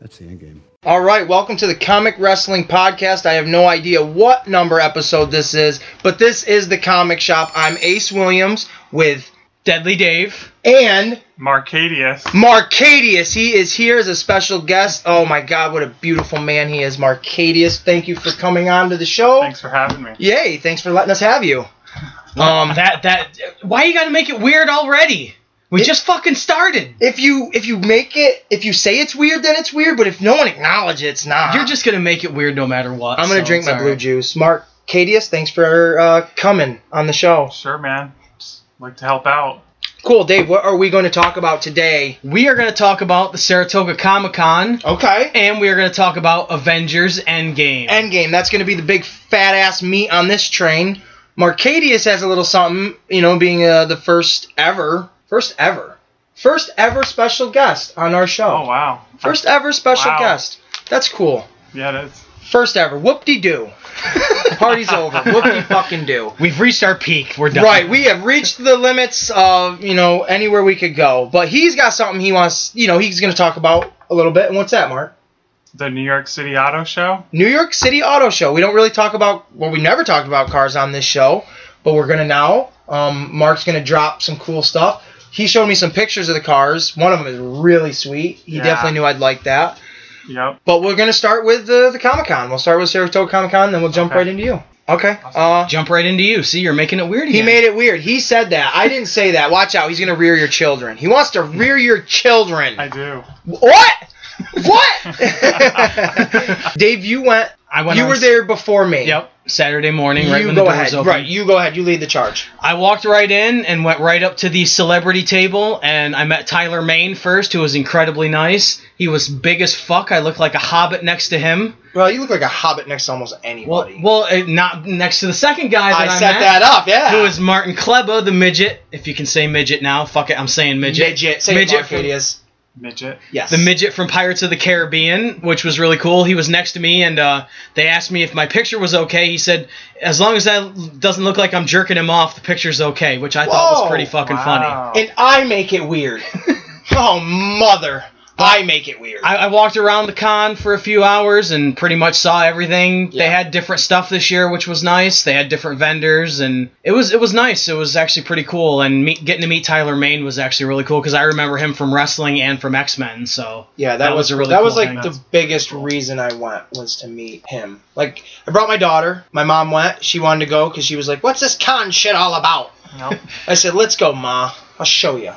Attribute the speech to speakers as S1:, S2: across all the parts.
S1: That's the end game.
S2: All right, welcome to the Comic Wrestling Podcast. I have no idea what number episode this is, but this is the Comic Shop. I'm Ace Williams with
S3: Deadly Dave.
S2: and
S4: Marcadius.
S2: Marcadius. He is here as a special guest. Oh my God, what a beautiful man he is, Marcadius. Thank you for coming on to the show.
S4: Thanks for having me.
S2: Yay! Thanks for letting us have you. Um,
S3: That that why you gotta make it weird already? We just fucking started.
S2: if you if you make it if you say it's weird, then it's weird. But if no one acknowledges it, it's not.
S3: You're just gonna make it weird no matter what.
S2: I'm gonna
S3: so
S2: drink
S3: it's
S2: my blue
S3: alright.
S2: juice. Marcadius, thanks for uh, coming on the show.
S4: Sure, man. Just like to help out.
S2: Cool, Dave. What are we going to talk about today?
S3: We are gonna talk about the Saratoga Comic Con,
S2: Okay.
S3: and we are gonna talk about Avengers Endgame.
S2: Endgame. That's going to be the big fat ass meat on this train. Marcadius has a little something, you know, being uh, the first ever, first ever, first ever special guest on our show.
S4: Oh wow.
S2: First ever special
S4: Wow.
S2: guest. That's cool.
S4: Yeah, it is.
S2: First ever. Whoop de doo. Party's over. Whoop de fucking do.
S3: We've reached our peak. We're done.
S2: Right, we have reached the limits of you know anywhere we could go, but he's got something he wants. You know, he's going to talk about a little bit. And what's that, Mark?
S4: The New York City Auto Show.
S2: New York City Auto Show. We don't really talk about, well, we never talked about cars on this show, but we're going to now. Um, Mark's going to drop some cool stuff. He showed me some pictures of the cars. One of them is really sweet. He
S4: Yeah.
S2: definitely knew I'd like that.
S4: Yep.
S2: But we're going to start with the, the Comic Con. We'll start with Saratoga Comic Con, then we'll jump
S4: Okay.
S2: right into you. Okay. Uh,
S3: Jump right into you. See, you're making it weird.
S2: he
S3: again.
S2: made it weird. He said that. I didn't say that. Watch out. He's going to rear your children. He wants to rear your children.
S4: I do.
S2: what? What? Dave, you went.
S3: I went
S2: you
S3: on
S2: were
S3: s-
S2: there before me.
S3: Yep. Saturday morning, right
S2: you
S3: when
S2: go
S3: the door
S2: ahead.
S3: was open.
S2: Right, you go ahead. You lead the charge.
S3: I walked right in and went right up to the celebrity table, and I met Tyler Main first, who was incredibly nice. He was big as fuck. I looked like a hobbit next to him.
S2: Well, you look like a hobbit next to almost
S3: Well,
S2: anybody.
S3: well, eh, not next to the second guy that
S2: I,
S3: I,
S2: set
S3: met,
S2: that up. Yeah.
S3: who is Martin Kleba, the midget. If you can say midget now, fuck it, I'm saying midget.
S2: midget? Say
S3: midget
S2: midget.
S3: from-
S2: Marcadius.
S4: Midget.
S2: Yes.
S3: the midget from Pirates of the Caribbean, which was really cool. He was next to me, and uh, they asked me if my picture was okay. He said, "As long as that doesn't look like I'm jerking him off, the picture's okay," which I thought
S2: Whoa,
S3: was pretty fucking funny.
S4: wow.
S2: And I make it weird. oh mother! I make it weird.
S3: I, I walked around the con for a few hours and pretty much saw everything.
S2: Yeah.
S3: They had different stuff this year, which was nice. They had different vendors, and it was it was nice. It was actually pretty cool. And meet, getting to meet Tyler Main was actually really cool because I remember him from wrestling and from X Men. So
S2: yeah, that,
S3: that
S2: was
S3: was a really
S2: that was
S3: cool
S2: like
S3: thing.
S2: the biggest reason I went was to meet him. Like I brought my daughter. My mom went. She wanted to go because she was like, "What's this con shit all about?"
S4: Nope.
S2: I said, "Let's go, Ma. I'll show you."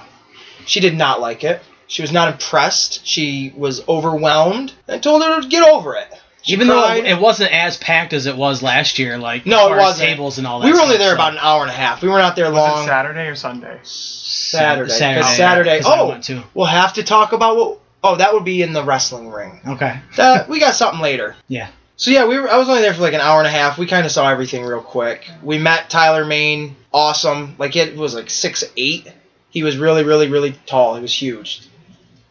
S2: She did not like it. She was not impressed. She was overwhelmed. I told her to get over it. She
S3: even though
S2: cried.
S3: it, it wasn't as packed as it was last year, like
S2: No,
S3: as
S2: it
S3: far as
S2: wasn't.
S3: tables and all that.
S2: we were only
S3: stuff,
S2: there
S3: so-
S2: about an hour and a half. We were not there
S4: Was it
S2: long.
S4: Saturday or Sunday?
S2: Saturday.
S3: Saturday.
S2: 'Cause
S3: Yeah,
S2: Saturday.
S3: 'cause I
S2: Oh,
S3: went too.
S2: we'll have to talk about what. Oh, that would be in the wrestling ring.
S3: okay,
S2: That we got something later.
S3: yeah.
S2: So yeah, we were. I was only there for like an hour and a half. We kind of saw everything real quick. We met Tyler Main. Awesome. Like it was like six eight. He was really, really, really tall. He was huge.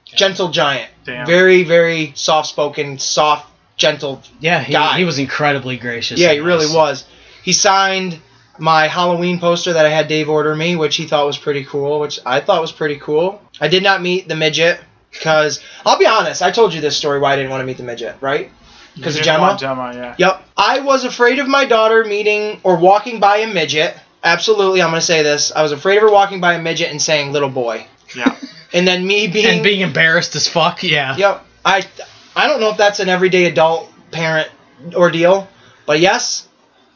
S2: Gentle giant.
S4: Damn.
S2: Very, very soft spoken, soft, gentle.
S3: Yeah, he,
S2: Guy.
S3: he was incredibly gracious.
S2: yeah,
S3: and
S2: he really
S3: nice.
S2: was. He signed my Halloween poster that I had Dave order me, which he thought was pretty cool, which I thought was pretty cool. I did not meet the midget because I'll be honest. I told you this story why I didn't want to meet the midget, right?
S4: You
S2: 'Cause of
S4: did
S2: Gemma?
S4: want Gemma, yeah.
S2: Yep. I was afraid of my daughter meeting or walking by a midget. Absolutely, I'm going to say this. I was afraid of her walking by a midget and saying little boy.
S4: Yeah.
S2: And then me being.
S3: And being embarrassed as fuck, yeah.
S2: Yep. I, I don't know if that's an everyday adult parent ordeal, but yes,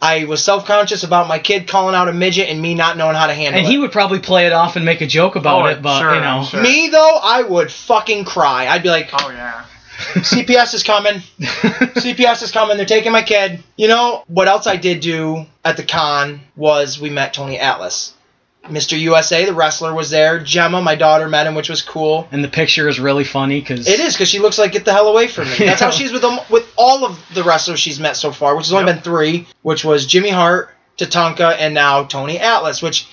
S2: I was self conscious about my kid calling out a midget and me not knowing how to handle
S3: And
S2: it.
S3: he would probably play it off and make a joke about
S4: Oh,
S3: it, but
S4: sure,
S3: you know,
S4: I'm sure.
S2: Me, though, I would fucking cry. I'd be
S3: Um,
S2: like,
S4: Oh yeah.
S2: CPS is coming. CPS is coming. They're taking my kid. You know, what else I did do at the con was we met Tony Atlas. Mr. USA, the wrestler, was there. Gemma, my daughter, met him, which was cool.
S3: and the picture is really funny because
S2: It is because she looks like get the hell away from me. That's how she's with them, with all of the wrestlers she's met so far, which has only
S4: Yep.
S2: been three, which was Jimmy Hart, Tatanka, and now Tony Atlas. Which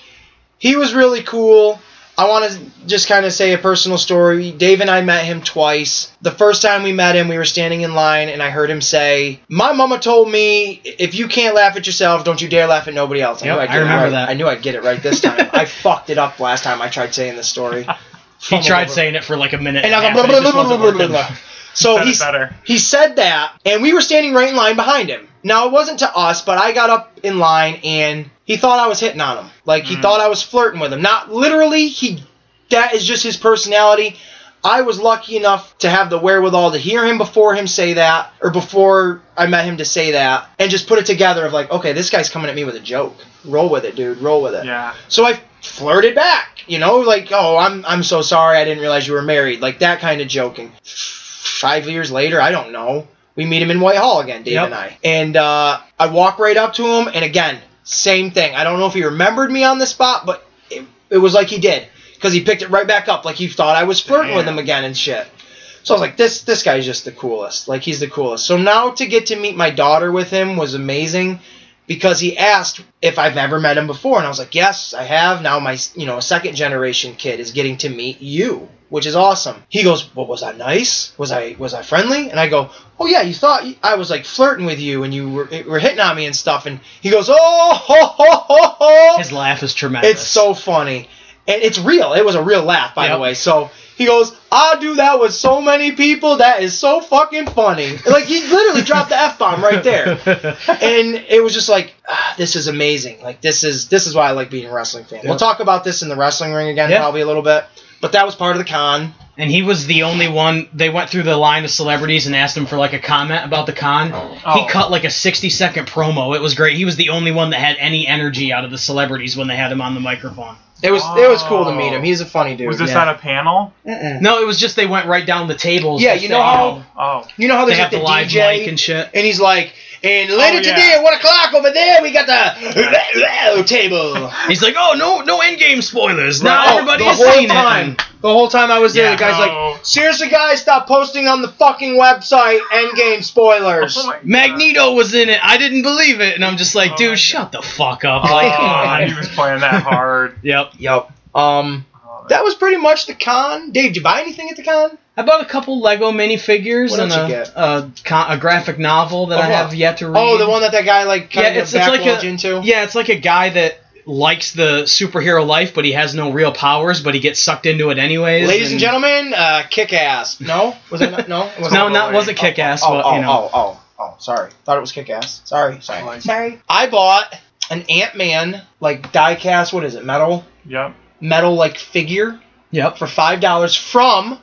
S2: he was really cool. I want to just kind of say a personal story. Dave and I met him twice. The first time we met him, we were standing in line, and I heard him say, "My mama told me if you can't laugh at yourself, don't you dare laugh at nobody else."
S3: Yep,
S2: I'd
S3: I
S2: get it
S3: remember
S2: right.
S3: that.
S2: I knew I'd get it right this time. I fucked it up last time I tried saying this story.
S3: he
S2: Fumbled
S3: tried
S2: over-
S3: saying it for like a minute.
S2: and I
S3: And
S2: was
S3: a
S2: like,
S3: half,
S2: blah,
S3: and
S2: blah,
S3: it just
S2: blah, blah,
S3: wasn't
S2: blah,
S3: working.
S2: blah, blah. So
S4: Said it
S2: Oh, he's,
S4: better.
S2: he said that, and we were standing right in line behind him. Now, it wasn't to us, but I got up in line, and he thought I was hitting on him. Like,
S4: Mm.
S2: he thought I was flirting with him. Not literally, he that is just his personality. I was lucky enough to have the wherewithal to hear him before him say that, or before I met him to say that, and just put it together of like, okay, this guy's coming at me with a joke. Roll with it, dude. Roll with it.
S4: Yeah.
S2: So I flirted back, you know, like, oh, I'm I'm so sorry, I didn't realize you were married, like that kind of joking. Five years later, I don't know. We meet him in Whitehall again, Dave
S3: Yep.
S2: and I, and uh, I walk right up to him, and again, same thing. I don't know if he remembered me on the spot, but it, it was like he did, because he picked it right back up, like he thought I was flirting with
S4: Damn.
S2: him again and shit. So I was like, this this guy's just the coolest. Like he's the coolest. So now to get to meet my daughter with him was amazing because he asked if I've ever met him before, and I was like, yes, I have. Now my you know second generation kid is getting to meet you, which is awesome. He goes, well, was I nice? Was I was I friendly? And I go, oh yeah, you thought you- I was like flirting with you and you were, were hitting on me and stuff. And he goes, oh ho ho ho ho.
S3: His laugh is tremendous.
S2: It's so funny. And it's real. It was a real laugh, by the
S3: Yep.
S2: way. So he goes, I do that with so many people. That is so fucking funny. Like, he literally dropped the F bomb right there. And it was just like, ah, this is amazing. Like, this is this is why I like being a wrestling fan. We'll
S3: Yep.
S2: talk about this in the wrestling ring again,
S3: Yeah.
S2: probably a little bit. But that was part of the con.
S3: and he was the only one. They went through the line of celebrities and asked him for like a comment about the con.
S4: Oh.
S3: He cut like a sixty second promo. It was great. He was the only one that had any energy out of the celebrities when they had him on the microphone.
S2: It was it was cool to meet
S4: Oh.
S2: him. He's a funny dude.
S4: Was this
S2: yeah.
S4: on a panel?
S3: No, it was just they went right down the tables.
S2: Yeah,
S3: just
S2: you
S3: that,
S2: know how
S4: Oh.
S2: you know how
S3: they
S2: there's
S3: have
S2: like
S3: the,
S2: the,
S3: live
S2: DJ
S3: mic and Oh, shit.
S2: And he's like, and later
S4: yeah.
S2: today at one o'clock over there, we got the table.
S3: He's like, oh no, no end game spoilers.
S2: No,
S3: Now everybody
S2: Oh, the
S3: has
S2: whole
S3: seen
S2: time,
S3: it.
S2: The whole time I was there,
S3: Yeah.
S2: the guy's
S4: No.
S2: like, seriously, guys, stop posting on the fucking website endgame spoilers.
S4: Oh my God.
S3: Magneto was in it. I didn't believe it, and I'm just like,
S4: Oh
S3: dude,
S4: my
S3: shut the fuck up. Like, come
S4: Oh,
S3: on.
S4: he was playing that hard.
S3: Yep.
S2: yep. Um,
S4: Oh,
S2: that was pretty much the con. Dave, did you buy anything at the con?
S3: I bought a couple Lego minifigures
S2: What
S3: and
S2: else you
S3: a,
S2: get?
S3: a, co- a graphic novel that
S2: Oh,
S3: I
S2: what?
S3: have yet to read.
S2: Oh, the one that that guy like
S3: Yeah,
S2: kind of
S3: it's, it's like
S2: backlogged
S3: a
S2: into.
S3: yeah, it's like a guy that likes the superhero life, but he has no real powers, but he gets sucked into it anyways.
S2: Ladies and gentlemen, uh, kick ass. No, was it not? No, it wasn't-
S3: No, not wasn't kick ass,
S2: Oh,
S3: but
S2: oh,
S3: you know.
S2: oh, oh, oh, sorry. Thought it was kick ass. Sorry, sorry,
S4: Like-
S2: sorry. I bought an Ant Man like die cast. What is it? Metal,
S4: Yep.
S2: metal like figure.
S3: Yep.
S2: for five dollars from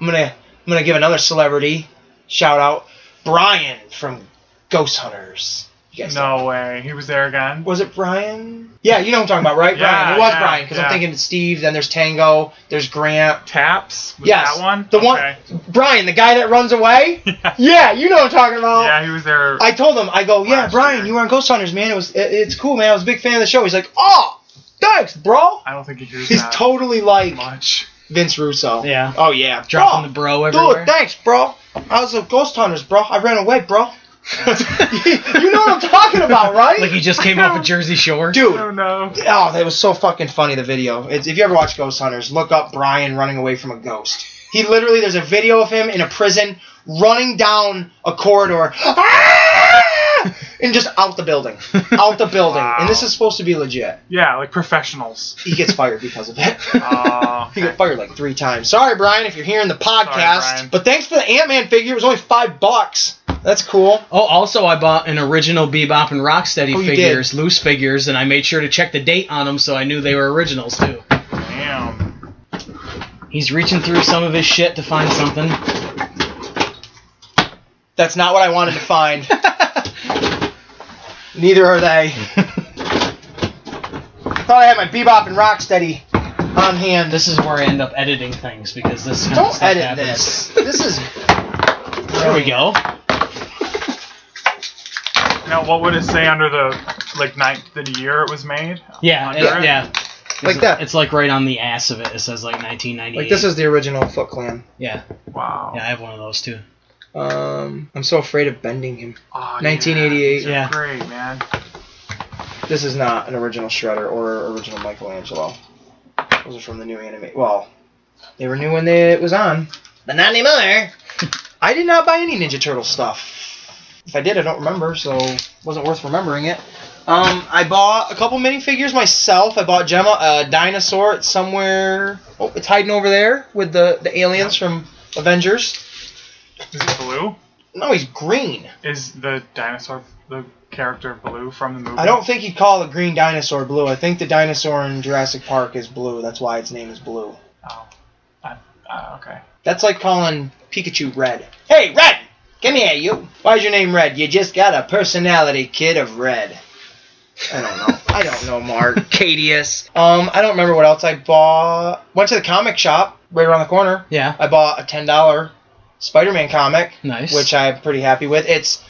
S2: I'm gonna I'm gonna give another celebrity shout out Brian from Ghost Hunters. You guys know-
S4: No way. He was there again.
S2: was it Brian? Yeah, you know what I'm talking about, right?
S4: Yeah,
S2: Brian. It was
S4: yeah,
S2: Brian because
S4: yeah.
S2: I'm thinking it's Steve. Then there's Tango. There's Grant.
S4: Taps? Was
S2: yes,
S4: that one?
S2: the
S4: Okay.
S2: one Brian, the guy that runs away.
S4: Yeah.
S2: yeah, you know what I'm talking about.
S4: Yeah, he was there.
S2: I told him, I go, yeah,
S4: Last
S2: Brian,
S4: year.
S2: you were on Ghost Hunters, man. It was it, it's cool, man. I was a big fan of the show. He's like, oh, thanks, bro.
S4: I don't think he hears
S2: He's
S4: that
S2: totally like
S4: much.
S2: Vince Russo.
S3: Yeah.
S2: Oh yeah.
S3: Dropping
S2: Bro.
S3: the bro everywhere.
S2: Dude, thanks, bro. I was a ghost hunters, bro. I ran away, bro. you know what I'm talking about, right?
S3: like he just came off a Jersey Shore.
S4: Oh
S2: Dude.
S4: no.
S2: Oh, that was so fucking funny, the video. It's, if you ever watch Ghost Hunters, look up Brian running away from a ghost. He literally, there's a video of him in a prison running down a corridor "Ah!" and just out the building. Out the building. And this
S4: Wow.
S2: is supposed to be legit.
S4: Yeah, like professionals.
S2: He gets fired because of it.
S4: Oh,
S2: He got
S4: okay.
S2: fired like three times. Sorry, Brian, if you're hearing the podcast.
S4: Brian.
S2: but thanks for the Ant Man figure. It was only five bucks. That's cool.
S3: Oh, also I bought an original Bebop and Rocksteady
S2: Oh, you did.
S3: figures, loose figures, and I made sure to check the date on them so I knew they were originals too.
S4: Damn.
S3: He's reaching through some of his shit to find something.
S2: That's not what I wanted to find. Neither are they. I thought I had my Bebop and Rocksteady on hand.
S3: This is where I end up editing things because this. Kind of
S2: Don't
S3: stuff
S2: edit
S3: happens.
S2: this. This is.
S3: There we go.
S4: Now, what would it say under the like ninth of the year it was made?
S3: Yeah, it-
S4: Under it?
S3: yeah.
S2: Like
S3: It's-
S2: that.
S3: It's like right on the ass of it. It says like 1998.
S2: Like, this is the original Foot Clan.
S3: Yeah,
S4: Wow.
S3: yeah. I have one of those too.
S2: Um, I'm so afraid of bending him.
S4: Oh, yeah.
S2: 1988.
S4: They're
S3: Yeah.
S4: Great man.
S2: This is not an original Shredder or original Michelangelo. Those are from the new anime. Well, they were new when they, it was on, but not anymore. I did not buy any Ninja Turtle stuff. If I did, I don't remember, so wasn't worth remembering it. Um, I bought a couple minifigures myself. I bought Gemma a dinosaur. It's somewhere. Oh, it's hiding over there with the the aliens from Avengers.
S4: Is he blue?
S2: No, he's green.
S4: Is the dinosaur the character blue from the movie?
S2: I don't think you'd call a green dinosaur blue. I think the dinosaur in Jurassic Park is blue. That's why its name is blue.
S4: Oh. I, uh, okay.
S2: That's like calling Pikachu red. Hey, red! Come here, you. Why's your name red? You just got a personality, kid, of red. I don't know. I don't know, Mark. Cadius. Um, I don't remember what else I bought. Went to the comic shop right around the corner.
S3: Yeah.
S2: I bought a ten dollar Spider Man comic,
S3: Nice.
S2: which I'm pretty happy with. It's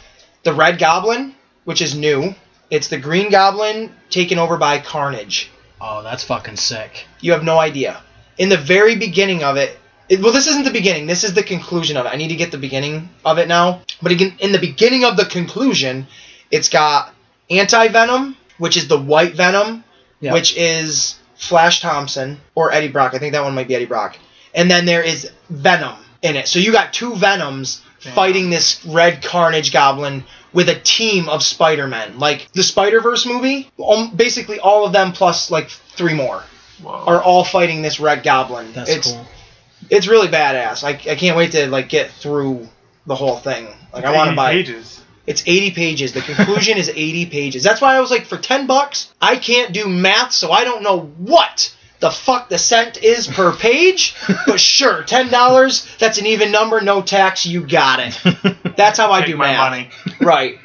S2: the Red Goblin, which is new. It's the Green Goblin taken over by Carnage.
S3: oh, that's fucking sick.
S2: You have no idea. In the very beginning of it, it- well, this isn't the beginning. This is the conclusion of it. I need to get the beginning of it now. But again, in the beginning of the conclusion, it's got Anti Venom, which is the White Venom,
S3: Yeah.
S2: which is Flash Thompson or Eddie Brock. I think that one might be Eddie Brock. And then there is Venom in it. So you got two Venoms
S4: Damn.
S2: fighting this Red Carnage Goblin with a team of Spider-Men. Like the Spider-Verse movie, um, basically all of them plus like three more
S4: Whoa.
S2: are all fighting this Red Goblin.
S3: that's
S2: it's
S3: cool.
S2: it's really badass. I, I can't wait to like get through the whole thing. Like I want to
S4: 80
S2: buy.
S4: pages.
S2: It's 80 pages. The conclusion is 80 pages. That's why I was like, for 10 bucks, I can't do math, so I don't know what the fuck the cent is per page. But sure, $10, that's an even number, no tax, you got it. That's how I
S4: Take
S2: do
S4: my
S2: math.
S4: money.
S2: Right.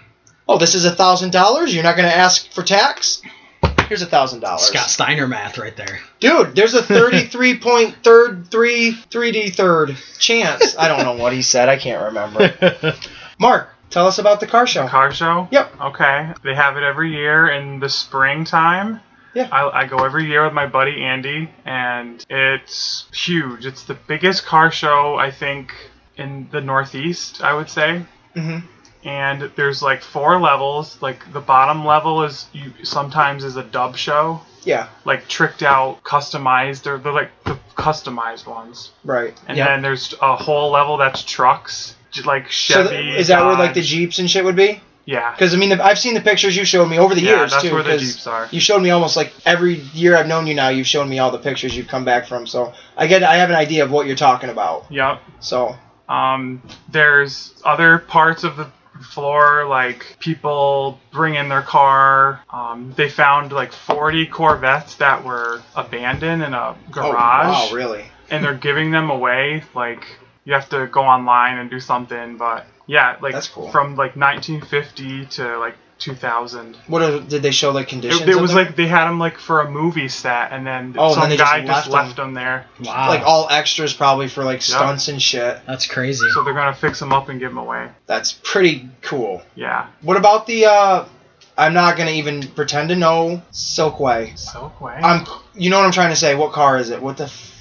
S2: Oh, this is $1,000? You're not going to ask for tax? Here's $1,000.
S3: Scott Steiner math right there.
S2: Dude, there's a 33.333 third chance. I don't know what he said. I can't remember. Mark, tell us about the car show.
S4: Car show?
S2: Yep.
S4: Okay. They have it every year in the springtime.
S2: Yeah.
S4: I, I go every year with my buddy Andy, and it's huge. It's the biggest car show, I think, in the Northeast, I would say.
S2: hmm
S4: And there's like four levels. Like the bottom level is you sometimes is a dub show,
S2: Yeah,
S4: like tricked out, customized. They're, they're like the customized ones.
S2: right.
S4: And
S3: Yep.
S4: then there's a whole level that's trucks, j- like
S2: So
S4: Chevy.
S2: th- is that where like the
S4: Dodge.
S2: jeeps and shit would be?
S4: Yeah.
S2: Because I mean, I've seen the pictures you showed me over the
S4: Yeah,
S2: years
S4: that's
S2: too.
S4: where the
S2: 'cause
S4: Jeeps are.
S2: You showed me almost like every year I've known you now. You've shown me all the pictures you've come back from, so I get I have an idea of what you're talking about.
S4: Yep.
S2: So
S4: Um, there's other parts of the floor, like people bring in their car. Um, they found like 40 Corvettes that were abandoned in a garage,
S2: Oh, wow, really?
S4: and they're giving them away. Like you have to go online and do something, but yeah, like
S2: That's cool.
S4: from like 1950 to like 2000.
S2: What are, did they show like conditions?
S4: It, it
S2: of
S4: was
S2: them?
S4: like they had them like for a movie set, and then
S2: Oh, and
S4: some
S2: then they just
S4: guy
S2: left
S4: just
S2: 'em.
S4: left them there.
S3: Wow.
S2: like all extras probably for like stunts and shit.
S3: that's crazy.
S4: So they're gonna fix them up and give them away.
S2: That's pretty cool.
S4: Yeah.
S2: What about the? uh I'm not gonna even pretend to know Silkway.
S4: So quick.
S2: I'm. You know what I'm trying to say. What car is it? What the? F-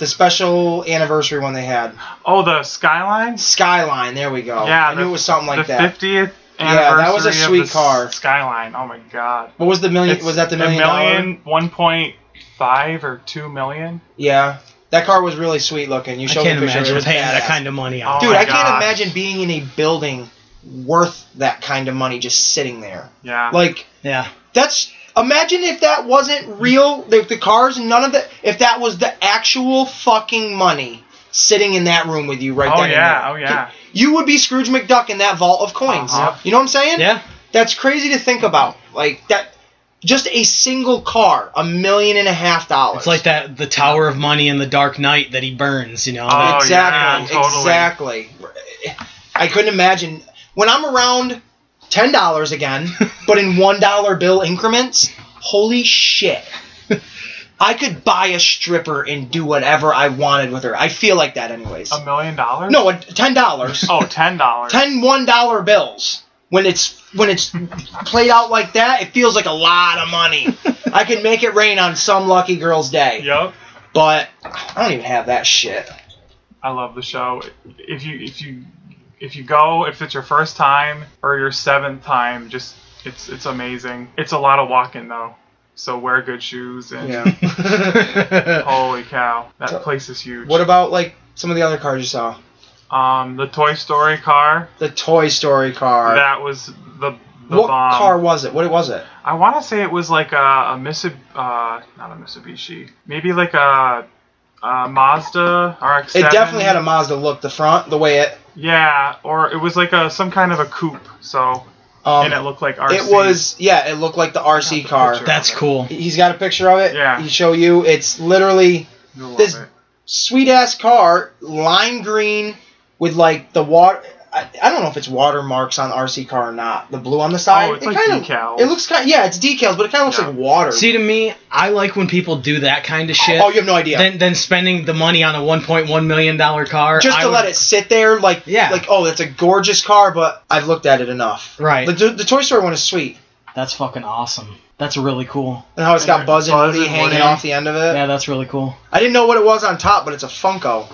S2: the special anniversary one they had.
S4: oh, the Skyline.
S2: Skyline. There we go.
S4: Yeah,
S2: I knew
S4: the-
S2: it was something like
S4: the
S2: that.
S4: 50th anniversary
S2: Yeah, that was a sweet
S4: of the
S2: car.
S4: Skyline. Oh my god.
S2: What was the million?
S4: It's
S2: was that the
S4: a
S2: million? dollar?
S4: million, 1.5 or 2 million?
S2: Yeah, that car was really sweet looking. You
S3: I
S2: showed
S3: can't
S2: me a picture.
S3: imagine
S2: it was
S3: paying that
S2: badass.
S3: kind of money
S4: Oh
S3: on.
S2: Dude,
S4: my
S2: I can't
S4: gosh.
S2: imagine being in a building worth that kind of money just sitting there.
S4: Yeah.
S2: Like
S3: yeah.
S2: that's. Imagine if that wasn't real. The, the cars, none of the. If that was the actual fucking money sitting in that room with you right
S4: oh
S2: then
S4: yeah, oh
S2: and there.
S4: yeah.
S2: You would be Scrooge McDuck in that vault of coins.
S4: Uh-huh.
S2: You know what I'm saying?
S3: Yeah.
S2: That's crazy to think about. Like that, just a single car, a million and a half dollars.
S3: It's like that the Tower of Money in the Dark Knight that he burns, you know.
S4: Oh, yeah,
S2: Exactly.
S4: totally.
S2: Exactly. I couldn't imagine when I'm around ten dollars again, but in one dollar bill increments. Holy shit! I could buy a stripper and do whatever I wanted with her. I feel like that, anyways.
S4: A million dollars?
S2: No, a- ten dollars.
S4: Oh, ten dollars.
S2: ten one dollar bills when it's when it's played out like that it feels like a lot of money i can make it rain on some lucky girl's day
S4: Yep.
S2: but i don't even have that shit
S4: I love the show. If you if you if you go, if it's your first time or your seventh time, just it's it's amazing. It's a lot of walking though. So wear good shoes and
S2: Oh.
S4: holy cow, that place is huge.
S2: what about like some of the other cars you saw
S4: um the Toy Story car?
S2: the toy story car
S4: That was the the
S2: what
S4: bomb.
S2: car was it what was it
S4: I want to say it was like a, a Mitsub, uh, not a Mitsubishi, maybe like a, a uh, Mazda RX-7.
S2: It definitely had a Mazda look. The front, the way it.
S4: yeah, or it was like a some kind of a coupe. So
S2: Um,
S4: and it looked like RC.
S2: It was yeah. It looked like the
S4: Not
S2: RC
S4: the
S2: car.
S4: picture.
S3: That's cool.
S2: He's got a picture of it.
S4: Yeah.
S2: He show you. It's literally
S4: You'll love
S2: this-
S4: it.
S2: sweet ass car, lime green with like the water. I, I don't know if it's watermarks on RC car or not. The blue on the side.
S4: Oh, it's like
S2: kinda,
S4: decals.
S2: It looks kind. Yeah, it's decals, but it kind of looks
S4: Yeah.
S2: like water.
S3: See, to me, I like when people do that kind of shit.
S2: oh, you have no idea.
S3: Than, than spending the money on a 1.1 million dollar car.
S2: just
S3: I
S2: to
S3: would-
S2: let it sit there, like
S3: Yeah.
S2: like oh, that's a gorgeous car, but I've looked at it enough.
S3: Right.
S2: The, the Toy Story one is sweet,
S3: That's fucking awesome. That's really cool.
S2: and how it's
S4: And
S2: got
S4: there's
S2: Buzz and
S4: Buzz
S2: Woody
S4: and
S2: hanging
S4: Woody.
S2: off the end of it.
S3: Yeah, that's really cool.
S2: I didn't know what it was on top, but it's a Funko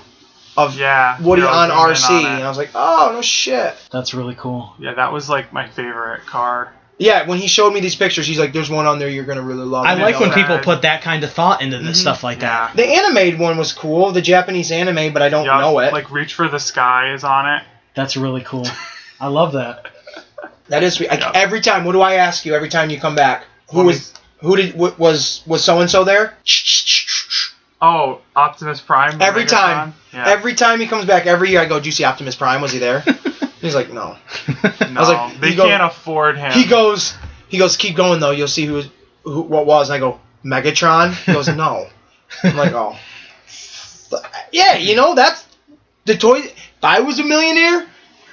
S2: of
S4: yeah
S2: Woody
S4: yeah, I
S2: on
S4: was
S2: RC,
S4: in on
S2: and
S4: it.
S2: I was like, oh no shit.
S3: That's really cool.
S4: yeah, that was like my favorite car.
S2: Yeah, when he showed me these pictures, he's like, "There's one on there you're gonna really love."
S3: I
S2: And
S3: like
S2: know
S3: when
S2: that.
S3: people put that kind of thought into this
S2: Mhm.
S3: stuff like that.
S2: the animated one was cool, the Japanese anime, but I don't
S4: yeah,
S2: know it.
S4: Like Reach for the Sky is on it.
S3: That's really cool. I love that.
S2: that is sweet. Like,
S4: Yeah.
S2: Every time, what do I ask you every time you come back? Who
S4: Let me-
S2: was who did what was was so and so there?
S4: Oh, Optimus Prime.
S2: Every
S4: Megatron?
S2: time.
S4: Yeah.
S2: Every time he comes back, every year I go, "Do you see Optimus Prime? Was he there?" he's like, "No."
S4: no,
S2: was like,
S4: they
S2: he go-
S4: can't afford him.
S2: He goes, he goes, "Keep going though. You'll see who who what was." And I go, "Megatron." He goes, "No." I'm like, "Oh, yeah." You know that's the toy. If I was a millionaire,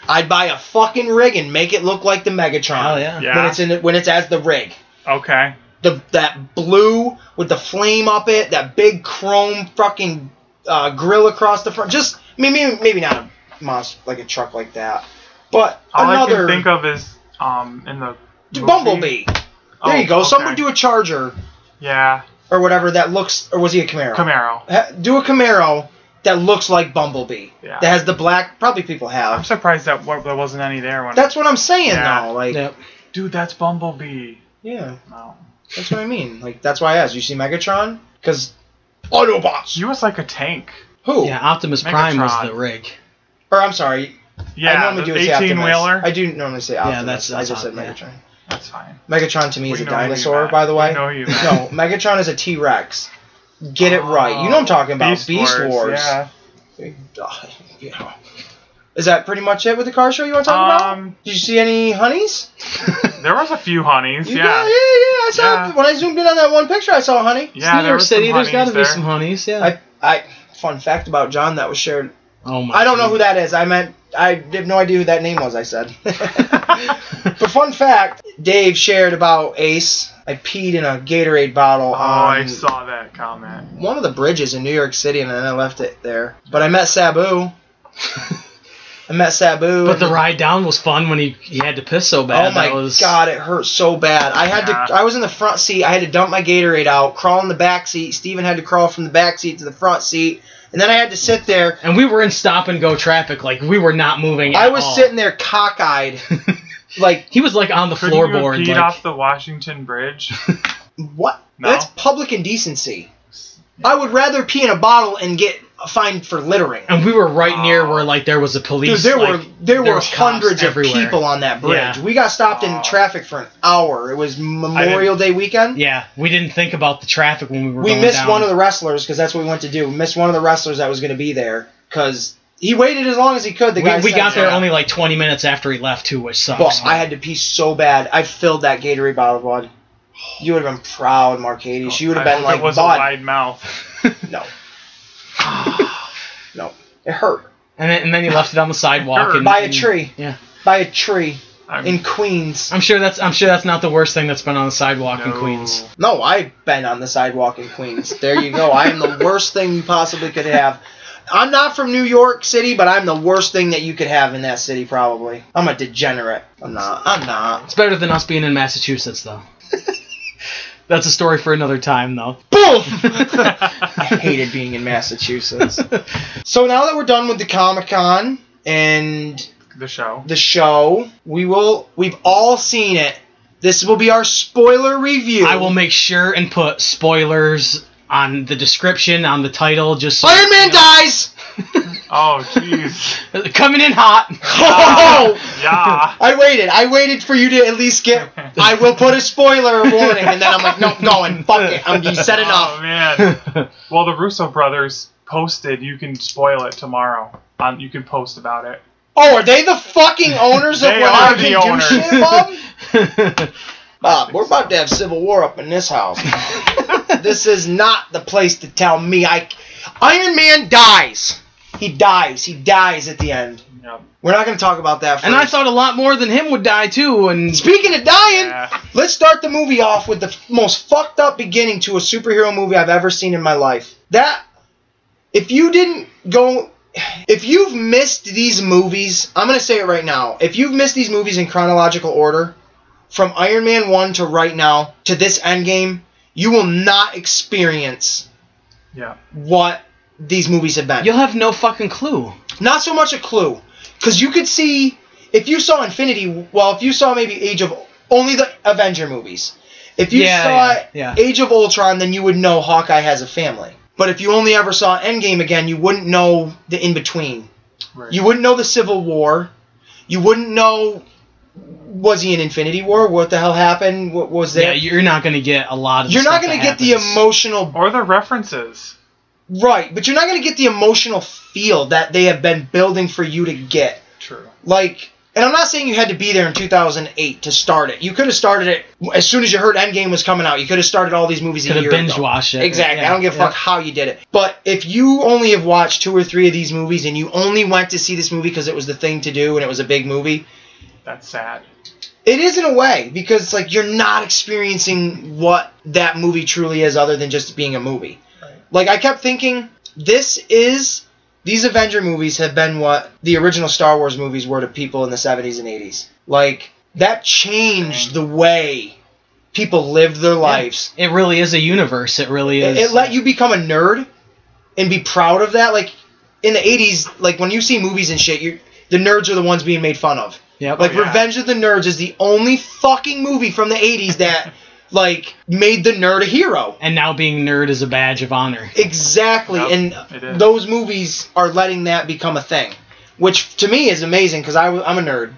S2: I'd buy a fucking rig and make it look like the Megatron.
S3: Oh, yeah.
S4: Yeah.
S2: When it's in when it's as the rig.
S4: Okay.
S2: the that blue with the flame up it, that big chrome fucking uh, grill across the front. Just maybe maybe not a monster like a truck like that, but
S4: All I
S2: another
S4: can think of is um in the
S2: D-
S4: movie-
S2: Bumblebee. There
S4: Oh,
S2: you go. Someone
S4: okay.
S2: do a Charger
S4: yeah
S2: or whatever that looks, or was he a Camaro?
S4: Camaro.
S2: Ha- Do a Camaro that looks like Bumblebee.
S4: Yeah.
S2: That has the black. Probably people
S4: I'm
S2: have.
S4: surprised that wa- there wasn't any there when.
S2: That's what I'm saying
S4: Yeah.
S2: though. Like
S3: Yep.
S4: Dude, that's Bumblebee.
S2: yeah,
S4: No.
S2: that's what I mean. Like that's why I asked. You see Megatron? Because Autobots.
S4: He was like a tank.
S2: Who?
S3: Yeah, Optimus Prime was
S4: Megatron.
S3: the rig.
S2: Or I'm sorry, I
S4: Yeah,
S2: normally do say
S4: 18 wheeler.
S2: Optimus. I do normally say Optimus.
S3: that's-
S2: I just said
S3: that's
S2: Megatron.
S4: That's fine.
S2: Megatron to me
S4: We
S2: is a
S4: know who you
S2: dinosaur,
S4: meant.
S2: by the way.
S4: We know who you meant.
S2: no, Megatron is a T Rex. Get it right. You know what I'm talking about. Beast, Wars.
S4: Yeah.
S2: Ugh, yeah. Is that pretty much it with the car show you want to talk
S4: Um,
S2: about? Did you see any honeys?
S4: There was a few honeys.
S2: You
S4: yeah.
S2: got- yeah, yeah. I saw
S4: Yeah.
S2: when I zoomed in on that one picture. I saw a honey.
S4: Yeah.
S3: New
S4: there
S3: York
S4: was
S3: City,
S4: some
S3: there's got to
S4: honeys
S3: be
S4: there.
S3: some honeys, yeah.
S2: I, I, fun fact about John that was shared.
S3: oh my
S2: I don't know who
S3: God.
S2: that is. I meant I have no idea who that name was. I said. But fun fact, Dave shared about Ace. I peed in a Gatorade bottle
S4: Oh,
S2: on
S4: I saw that comment.
S2: one of the bridges in New York City, and then I left it there. But I met Sabu. I met Sabu.
S3: But
S2: and-
S3: the ride down was fun when he, he had to piss so
S2: Oh
S3: bad.
S2: my
S3: that was,
S2: god, it hurt so bad. I had to.
S4: Yeah.
S2: I was in the front seat. I had to dump my Gatorade out, crawl in the back seat. Steven had to crawl from the back seat to the front seat, and then I had to sit there.
S3: And we were in stop and go traffic. Like, we were not moving.
S2: I
S3: at
S2: was
S3: all.
S2: sitting there cockeyed, like
S3: He was like on the
S4: Couldn't you
S3: floorboard.
S4: repeat
S3: like,
S4: off the Washington Bridge?
S2: what?
S4: No.
S2: That's public indecency. I would rather pee in a bottle and get fined for littering.
S3: and we were right near where like there was a police.
S2: Dude, there
S3: like,
S2: were there, were
S3: was cops
S2: hundreds of
S3: everywhere.
S2: people on that bridge.
S3: Yeah.
S2: We got stopped in
S4: Aw.
S2: traffic for an hour. It was Memorial Day weekend.
S3: Yeah, we didn't think about the traffic when we were.
S2: we
S3: going
S2: missed
S3: down.
S2: one of the wrestlers because that's what we went to do. We missed one of the wrestlers that was going to be there because he waited as long as he could. The guy
S3: we we
S2: said
S3: got there
S2: so.
S3: only like 20 minutes after he left too, which
S2: Well,
S3: sucks.
S2: I had to pee so bad. I filled that Gatorade bottle, bud. You would have been proud,
S3: Oh,
S2: Marcadis. You would have
S4: Oh, I
S2: been
S4: hope
S2: like,
S4: it was
S2: bud.
S4: a wide mouth.
S2: No, no, it hurt.
S3: and, then, and then he left it on the sidewalk and,
S2: By a
S3: and-
S2: tree.
S3: Yeah,
S2: By a tree
S4: I'm-
S2: in Queens.
S3: I'm sure that's I'm sure that's not the worst thing that's been on the sidewalk in Queens.
S4: No.
S2: No, I've been on the sidewalk in Queens. There you go. I am the worst thing you possibly could have. I'm not from New York City, but I'm the worst thing that you could have in that city, probably. I'm a degenerate. I'm not. I'm not.
S3: It's better than us being in Massachusetts though. that's a story for another time though.
S2: Boom! I hated being in Massachusetts. So now that we're done with the Comic Con and
S4: The show.
S2: the show, we will. We've all seen it. This will be our spoiler review.
S3: I will make sure and put spoilers on the description on the title just so
S2: Iron Man
S3: you know.
S2: dies.
S4: Oh, jeez.
S3: coming in hot.
S2: Oh!
S4: yeah.
S2: I waited. I waited for you to at least get. I will put a spoiler warning, and then I'm like, no, going. Fuck it. I'm you said
S4: Oh
S2: enough.
S4: man. Well, the Russo brothers posted, you can spoil it tomorrow. On you can post about it.
S2: Oh, are they the fucking owners of
S4: They
S2: what I
S4: are the
S2: can do
S4: owners.
S2: shit, Bob? Bob, we're about to have civil war up in this house. this is not the place to tell me I. Iron Man dies. He dies. He dies at the end.
S4: Yep.
S2: We're not going to talk about that. First.
S3: and I thought a lot more than him would die too. And
S2: Speaking of dying,
S4: Yeah.
S2: let's start the movie off with the f- most fucked up beginning to a superhero movie I've ever seen in my life. That, if you didn't go, if you've missed these movies, I'm going to say it right now. If you've missed these movies in chronological order, from Iron Man 1 to right now to this endgame, you will not experience
S4: Yeah.
S2: what these movies have been
S3: you'll have no fucking clue.
S2: not so much a clue because you could see if you saw infinity well if you saw maybe age of only the avenger movies if you
S3: Yeah,
S2: saw
S3: yeah, yeah.
S2: age of ultron then you would know hawkeye has a family but if you only ever saw endgame again you wouldn't know the in-between
S4: Right.
S2: you wouldn't know the civil war you wouldn't know was he in infinity war what the hell happened what was
S3: Yeah,
S2: there
S3: you're not gonna get a lot of. The
S2: you're not
S3: stuff
S2: going to get
S3: that
S2: the
S3: happens.
S2: emotional
S4: or the references.
S2: right but you're not going to get the emotional feel that they have been building for you to get
S4: True.
S2: like and i'm not saying you had to be there in 2008 to start it you could have started it as soon as you heard endgame was coming out you could have started all these movies
S3: Could
S2: a
S3: have
S2: year
S3: binge
S2: ago.
S3: watched it.
S2: exactly
S3: Yeah,
S2: i don't give a
S3: yeah.
S2: fuck how you did it but if you only have watched two or three of these movies and you only went to see this movie because it was the thing to do and it was a big movie
S4: That's sad.
S2: it is in a way because like you're not experiencing what that movie truly is other than just being a movie
S4: Right.
S2: like i kept thinking this is these avenger movies have been what the original star wars movies were to people in the 70s and 80s like that changed the way people lived their lives
S3: It really is a universe. It really
S2: it,
S3: is.
S2: it let you become a nerd and be proud of that like in the 80s like when you see movies and shit you the nerds are the ones being made fun of
S3: Yep.
S2: like
S4: Oh, yeah.
S2: Revenge of the Nerds is the only fucking movie from the 80s that like made the nerd a hero.
S3: and now being nerd is a badge of honor.
S2: Exactly.
S4: Yep, it
S2: and
S4: is.
S2: those movies are letting that become a thing, which to me is amazing cuz I w- I'm a nerd.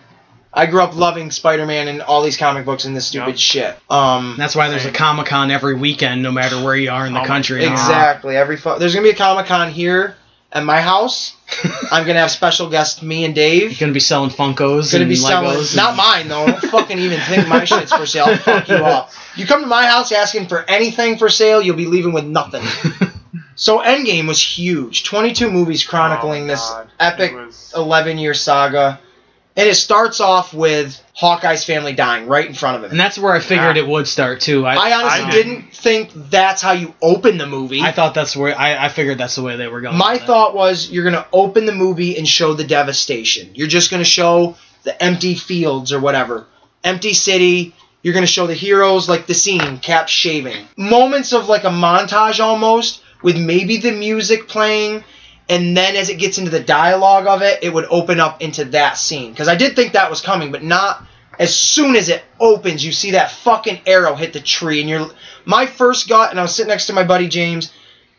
S2: I grew up loving Spider-Man and all these comic books and this stupid
S4: Yep.
S2: shit. Um
S3: And that's why there's a
S4: Same.
S3: Comic Con every weekend, no matter where you are in the
S4: Oh my-
S3: country.
S2: exactly. Every fu- there's going to be a Comic-Con here at my house. I'm going to have special guest me and Dave.
S3: You're gonna be selling Funkos.
S2: gonna
S3: and
S2: be selling.
S3: Legos
S2: Not
S3: and-
S2: mine though. Don't fucking even think my shit's for sale. I'll fuck you up. You come to my house asking for anything for sale, you'll be leaving with nothing. so Endgame was huge. Twenty-two movies chronicling
S4: Oh my
S2: this
S4: God.
S2: epic
S4: It was-
S2: eleven-year saga, and it starts off with Hawkeye's family dying right in front of
S3: And
S2: him.
S3: that's where I figured
S4: Yeah.
S3: it would start too.
S2: I
S3: I I,
S2: honestly
S4: I
S2: didn't.
S4: didn't-
S2: think that's how you open the movie.
S3: thought that's where I, I figured that's the way they were going.
S2: My
S3: with it.
S2: thought was you're gonna open the movie and show the devastation. You're just gonna show the empty fields or whatever, empty city. You're gonna show the heroes like the scene, Cap shaving, moments of like a montage almost with maybe the music playing, and then as it gets into the dialogue of it, it would open up into that scene because I did think that was coming, but not. As soon as it opens, you see that fucking arrow hit the tree, and you're my first gut. And I was sitting next to my buddy James,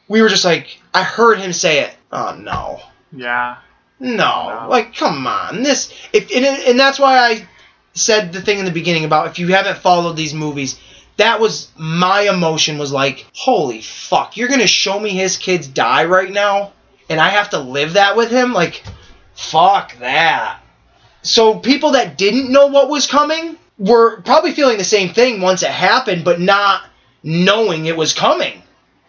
S2: we were just like, I heard him say it. Oh no,
S4: Yeah.
S2: no,
S4: No.
S2: like come on, this if and, and that's why I said the thing in the beginning about if you haven't followed these movies, that was my emotion was like, holy fuck, you're gonna show me his kids die right now, and I have to live that with him, like, fuck that. So people that didn't know what was coming were probably feeling the same thing once it happened, but not knowing it was coming.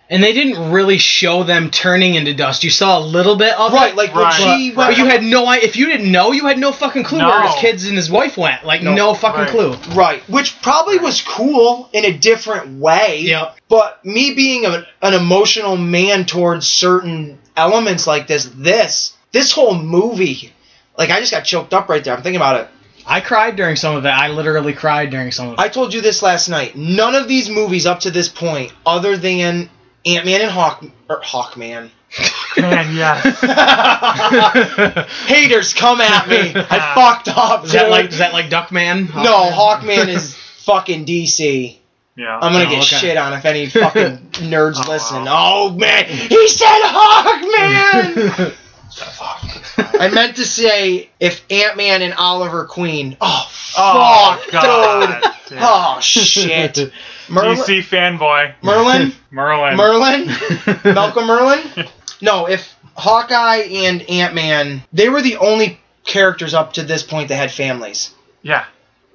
S3: And they didn't really show them turning into dust. You saw a little bit of
S2: Right,
S3: it.
S2: like when
S4: Right.
S2: she
S4: But-
S2: went
S3: But you had no idea. If you didn't know, you had no fucking clue where his
S4: No.
S3: kids and his wife went. Like,
S2: No,
S3: no, fucking
S4: right.
S3: clue.
S2: Right, which probably was cool in a different way.
S3: Yep.
S2: But me being a, an emotional man towards certain elements like this, this, this whole movie, like I just got choked up right there. I'm thinking about it.
S3: I cried during some of it. I literally cried during some of it.
S2: I told you this last night. None of these movies up to this point, other than Ant Man and Hawk or Hawkman.
S4: Man, yes.
S2: Haters come at me. I fucked up.
S3: is that
S2: dude.
S3: like is that like Duckman?
S2: no, Hawkman is fucking DC.
S4: Yeah.
S2: I'm gonna
S3: Oh,
S2: get
S3: okay.
S2: shit on if any fucking nerds
S4: Oh,
S2: listen.
S4: wow.
S2: Oh man, he said Hawkman. I meant to say if Ant Man and Oliver Queen. Oh
S4: Oh,
S2: fuck, dude.
S4: God. Damn.
S2: Oh shit. Merlin,
S4: DC fanboy.
S2: Merlin,
S4: Merlin.
S2: Merlin, Malcolm Merlin. No, if Hawkeye and Ant Man, they were the only characters up to this point that had families.
S4: Yeah.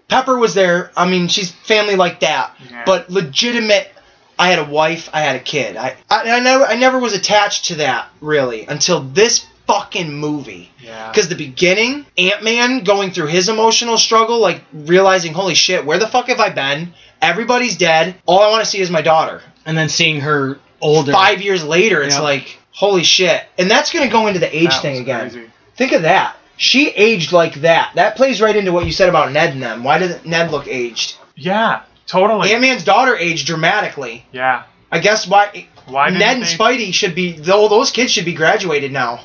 S2: Pepper was there. I mean, she's family like that,
S4: Yeah.
S2: but legitimate. I had a wife. I had a kid. I I, I never I never was attached to that really until this fucking movie.
S4: Yeah.
S2: Because the beginning, Ant Man going through his emotional struggle, like realizing, holy shit, where the fuck have I been? Everybody's dead. All I want to see is my daughter.
S3: and then seeing her older.
S2: Five years later, it's
S3: Yeah.
S2: like, holy shit. And that's going to go into the age
S4: That
S2: thing
S4: was
S2: again.
S4: crazy.
S2: Think of that. She aged like that. That plays right into what you said about Ned and them. Why doesn't Ned look aged?
S4: Yeah. Totally.
S2: Ant Man's daughter aged dramatically.
S4: yeah.
S2: I guess why
S4: Why didn't
S2: Ned and
S4: they-
S2: Spidey should be, though those kids should be graduated now.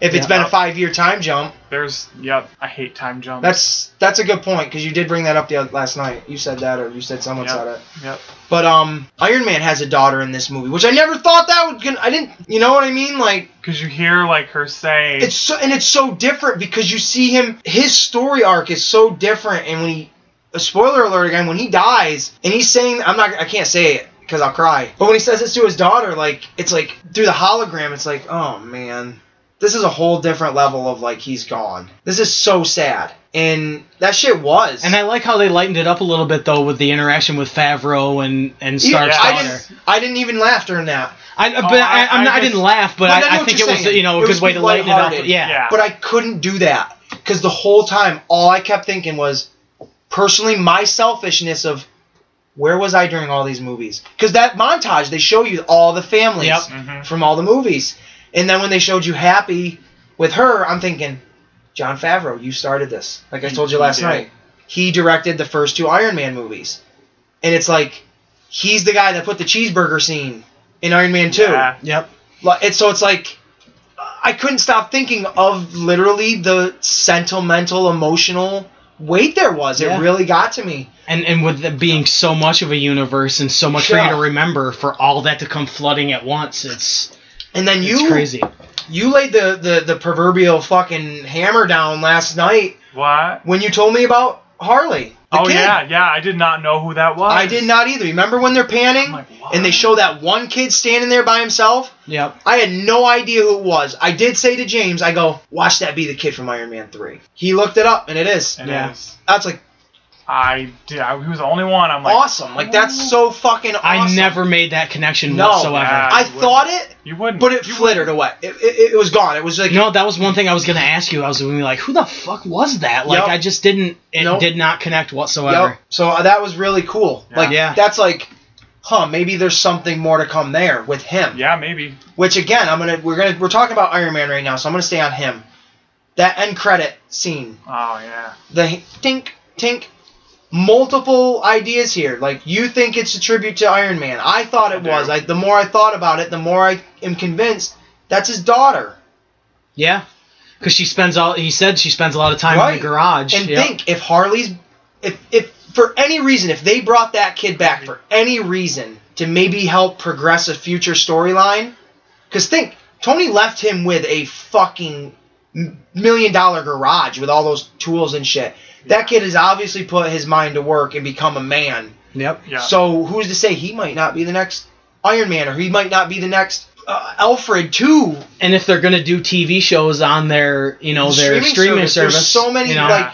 S2: If it's
S3: Yeah.
S2: been a five year time jump.
S4: There's yep. I hate time jumps.
S2: That's that's a good point because you did bring that up the oth- last night. You said that, or you said someone
S4: Yep.
S2: said it.
S4: yep.
S2: But um, Iron Man has a daughter in this movie, which I never thought that would. Gonna, I didn't. You know what I mean? Like
S4: Because you hear like her say,
S2: it's so and it's so different because you see him. His story arc is so different, and when he, a spoiler alert again, when he dies and he's saying, I'm not. I can't say it because I'll cry. But when he says this to his daughter, like it's like through the hologram, it's like, oh man, this is a whole different level of like he's gone. This is so sad. And that shit was.
S3: And I like how they lightened it up a little bit though with the interaction with Favreau and and
S2: Yeah,
S3: Stark's
S2: I
S3: daughter.
S2: didn't, I didn't even laugh during that.
S3: I, but
S4: Oh,
S3: I,
S4: I-
S3: I'm
S4: I
S3: not, I
S4: just-
S3: didn't laugh, but
S2: But I know
S3: I, I
S2: what
S3: think it
S2: you're
S3: was
S2: saying.
S3: you know
S2: It
S3: a
S2: was
S3: good way to lighten it up.
S2: lighthearted.
S3: Yeah.
S4: Yeah.
S2: But I couldn't do that because the whole time, all I kept thinking was, personally, my selfishness of where was I during all these movies? Because that montage, they show you all the families
S3: Yep.
S4: Mhm.
S2: from all the movies, and then when they showed you Happy with her, I'm thinking, John Favreau, you started this. Like I
S4: He-
S2: told you
S4: he
S2: last
S4: did.
S2: night, he directed the first two Iron Man movies, and it's like, he's the guy that put the cheeseburger scene in Iron Man Two.
S4: Yeah.
S3: Yep.
S2: Like, and so it's like I couldn't stop thinking of literally the sentimental, emotional weight there was.
S3: Yeah.
S2: It really got to me.
S3: And and with it being so much of a universe and so much for
S2: Yeah.
S3: you to remember, for all that to come flooding at once, it's
S2: And then
S3: it's
S2: you
S3: crazy.
S2: you laid the, the, the proverbial fucking hammer down last night
S4: What?
S2: when you told me about Harley. the
S4: oh
S2: kid.
S4: yeah, yeah. I did not know who that was.
S2: I did not either. Remember when they're panning
S4: I'm like, what?
S2: and they show that one kid standing there by himself?
S3: Yep.
S2: I had no idea who it was. I did say to James, I go, watch that be the kid from Iron Man 3. He looked it up and it is.
S4: It
S3: Yeah.
S4: is.
S2: That's like
S4: I did. I, he was the only one. I'm like,
S2: awesome. Like that's so fucking awesome.
S3: I never made that connection
S2: No.
S3: whatsoever.
S4: Yeah.
S2: I thought it,
S4: you wouldn't.
S2: but it
S4: you
S2: flittered away. It, it, it was gone. It was like
S3: No, that was one thing I was gonna ask you. I was gonna be like, "Who the fuck was that?" Like,
S2: Yep.
S3: I just didn't. It
S2: Nope.
S3: did not connect whatsoever.
S2: Yep. So uh, that was really cool.
S4: Yeah.
S2: Like
S3: Yeah.
S2: that's like, huh? Maybe there's something more to come there with him.
S4: Yeah, maybe.
S2: Which again, I'm gonna we're gonna we're talking about Iron Man right now, so I'm gonna stay on him. That end credit scene,
S4: Oh yeah.
S2: the h- tink tink, multiple ideas here. Like you think it's a tribute to Iron Man. I thought it
S4: I do.
S2: was. I, the more I thought about it, the more I am convinced that's his daughter.
S3: Yeah. Because she spends all. He said she spends a lot of time in
S2: Right.
S3: the garage.
S2: And
S3: Yep.
S2: think if Harley's, if if for any reason, if they brought that kid back for any reason to maybe help progress a future storyline, because think Tony left him with a fucking m- million dollar garage with all those tools and shit. That kid has obviously put his mind to work and become a man.
S3: Yep.
S4: Yeah.
S2: So who's to say he might not be the next Iron Man or he might not be the next uh, Alfred too?
S3: And if they're gonna do TV shows on their, you know, their streaming, service,
S2: There's so many
S3: you know,
S2: like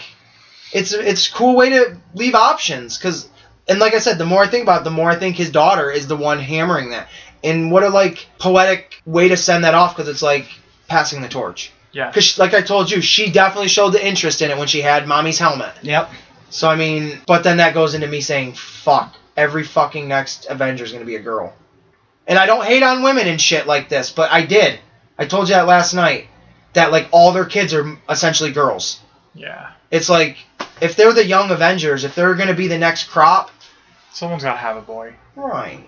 S2: it's it's a cool way to leave options because and like I said, the more I think about it, the more I think his daughter is the one hammering that. And what a like poetic way to send that off because it's like passing the torch.
S4: Yeah.
S2: Because like I told you, she definitely showed the interest in it when she had mommy's helmet.
S3: Yep.
S2: So I mean, but then that goes into me saying, "Fuck, every fucking next Avenger is gonna be a girl," and I don't hate on women and shit like this, but I did. I told you that last night that like all their kids are essentially girls.
S4: Yeah.
S2: It's like if they're the young Avengers, if they're gonna be the next crop,
S4: Someone's gotta have a boy.
S2: right?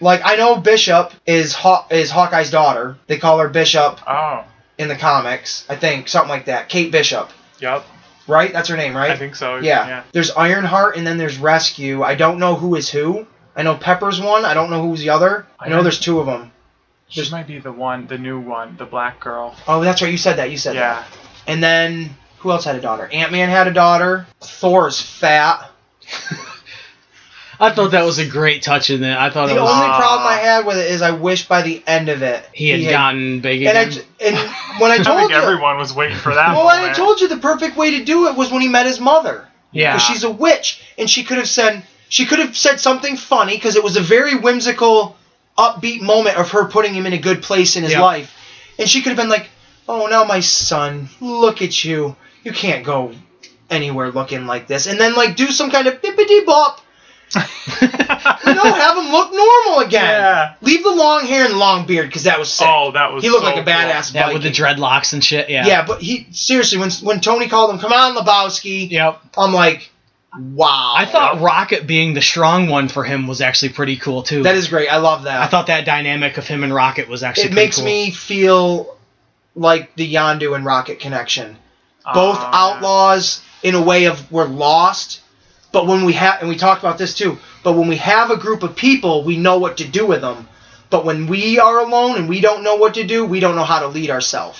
S2: Like I know Bishop is Haw- is Hawkeye's daughter. They call her Bishop
S4: Oh.
S2: in the comics, I think, something like that. Kate Bishop,
S4: Yep.
S2: right? That's her name, right?
S4: I think so.
S2: Yeah. There's Ironheart and then there's Rescue. I don't know who is who. I know Pepper's one. I don't know who's the other. I know
S4: Iron-
S2: there's two of them.
S4: She might be the one, the new one, the black girl.
S2: Oh, that's right. You said that. You said
S4: Yeah.
S2: that. And then who else had a daughter? Ant Man had a daughter. Thor's fat.
S3: I thought that was a great touch in it. I thought
S2: The
S3: it was
S2: only
S4: Ah.
S2: problem I had with it is I wish by the end of it
S3: he had gotten big
S2: and I
S3: again.
S2: j- and when I
S4: I
S2: told
S4: think
S2: you,
S4: everyone was waiting for that.
S2: well, when I
S4: moment.
S2: told you the perfect way to do it was when he met his mother.
S3: yeah.
S2: 'Cause she's a witch, and she could have said she could have said something funny because it was a very whimsical, upbeat moment of her putting him in a good place in his
S3: Yeah.
S2: life, and she could have been like, "Oh, now my son, look at you. You can't go anywhere looking like this," and then like do some kind of bippity bop. No, have him look normal again.
S4: Yeah.
S2: Leave the long hair and long beard because that was sick.
S4: oh, that was.
S2: he looked
S4: so
S2: like a badass.
S3: that with the
S2: Viking.
S3: dreadlocks and shit. Yeah.
S2: Yeah. but he seriously when when Tony called him, "Come on, Lebowski,"
S3: Yep.
S2: I'm like, "Wow."
S3: I thought Rocket being the strong one for him was actually pretty cool too.
S2: that is great. I love that.
S3: I thought that dynamic of him and Rocket was actually
S2: it
S3: pretty
S2: makes
S3: cool.
S2: me feel like the Yondu and Rocket connection.
S4: cool.
S2: Both
S4: Uh,
S3: Ah.
S2: outlaws in a way of we're lost, but when we have and we talked about this too. But when we have a group of people, we know what to do with them. But when we are alone and we don't know what to do, we don't know how to lead ourselves.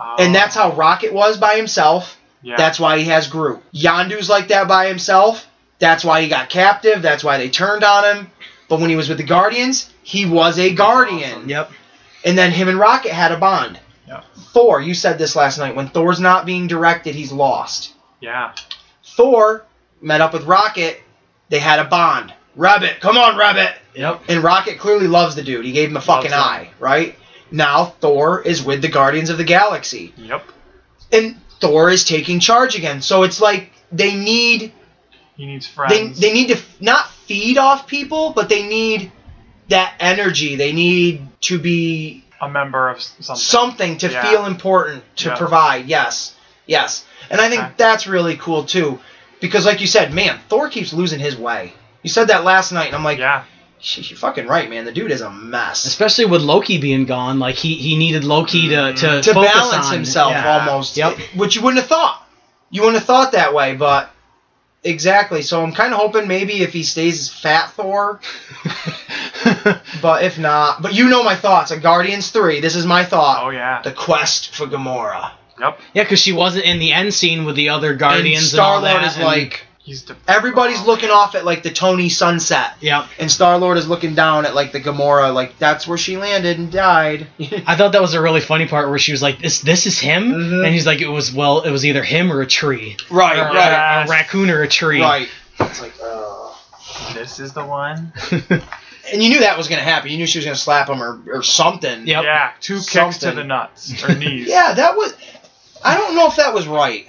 S4: uh,
S3: Ah.
S2: And that's how Rocket was by himself.
S4: Yeah.
S2: That's why he has Groot. Yondu's like that by himself. That's why he got captive. That's why they turned on him. But when he was with the Guardians, he was a Guardian.
S4: awesome.
S3: Yep.
S2: And then him and Rocket had a bond.
S4: Yeah.
S2: Thor, you said this last night. When Thor's not being directed, he's lost.
S4: yeah.
S2: Thor met up with Rocket. They had a bond. Rabbit, come on, Rabbit.
S3: Yep.
S2: And Rocket clearly loves the dude. He gave him a fucking
S4: him.
S2: eye, right? Now Thor is with the Guardians of the Galaxy
S4: Yep.
S2: and Thor is taking charge again. So it's like they need
S4: He needs
S2: they,
S4: friends.
S2: they need to f- not feed off people, but they need that energy. They need to be
S4: a member of s- something.
S2: something to
S4: Yeah.
S2: feel important to
S4: Yeah.
S2: provide. Yes. Yes. And I think
S4: Okay.
S2: that's really cool too because like you said, man, Thor keeps losing his way. You said that last night and I'm like,
S4: yeah.
S2: "Sh- you're fucking right, man. The dude is a mess.
S3: Especially with Loki being gone, like he, he needed Loki to to,
S2: To
S3: focus
S2: balance
S3: on-
S2: himself
S3: yeah.
S2: almost.
S3: Yep.
S2: Which you wouldn't have thought. You wouldn't have thought that way, but exactly. So I'm kind of hoping maybe if he stays as fat Thor, but if not, but you know my thoughts on Guardians 3. This is my
S4: Oh
S2: thought.
S4: yeah.
S2: The quest for Gamora.
S4: Yep.
S3: yeah, because she wasn't in the end scene with the other
S2: and
S3: Guardians. and all
S2: Star Lord
S3: that,
S2: is
S3: and-
S2: like
S4: He's. De-
S2: everybody's looking off at like the Tony sunset.
S3: Yep.
S2: And Star Lord is looking down at like the Gamora, like that's where she landed and died.
S3: I thought that was a really funny part where she was like, "This, this is him,"
S2: Mhm.
S3: and he's like, "It was well, it was either him or a tree,
S2: right,
S3: or
S2: right,
S3: a, a raccoon or a tree."
S2: Uh, right. It's like, uh...
S4: This is the one.
S2: and you knew that was gonna happen. You knew she was gonna slap him or, or something.
S3: Yep.
S4: Yeah. Two kicks to
S2: Something.
S4: the nuts or knees.
S2: Yeah, that was. I don't know if that was right.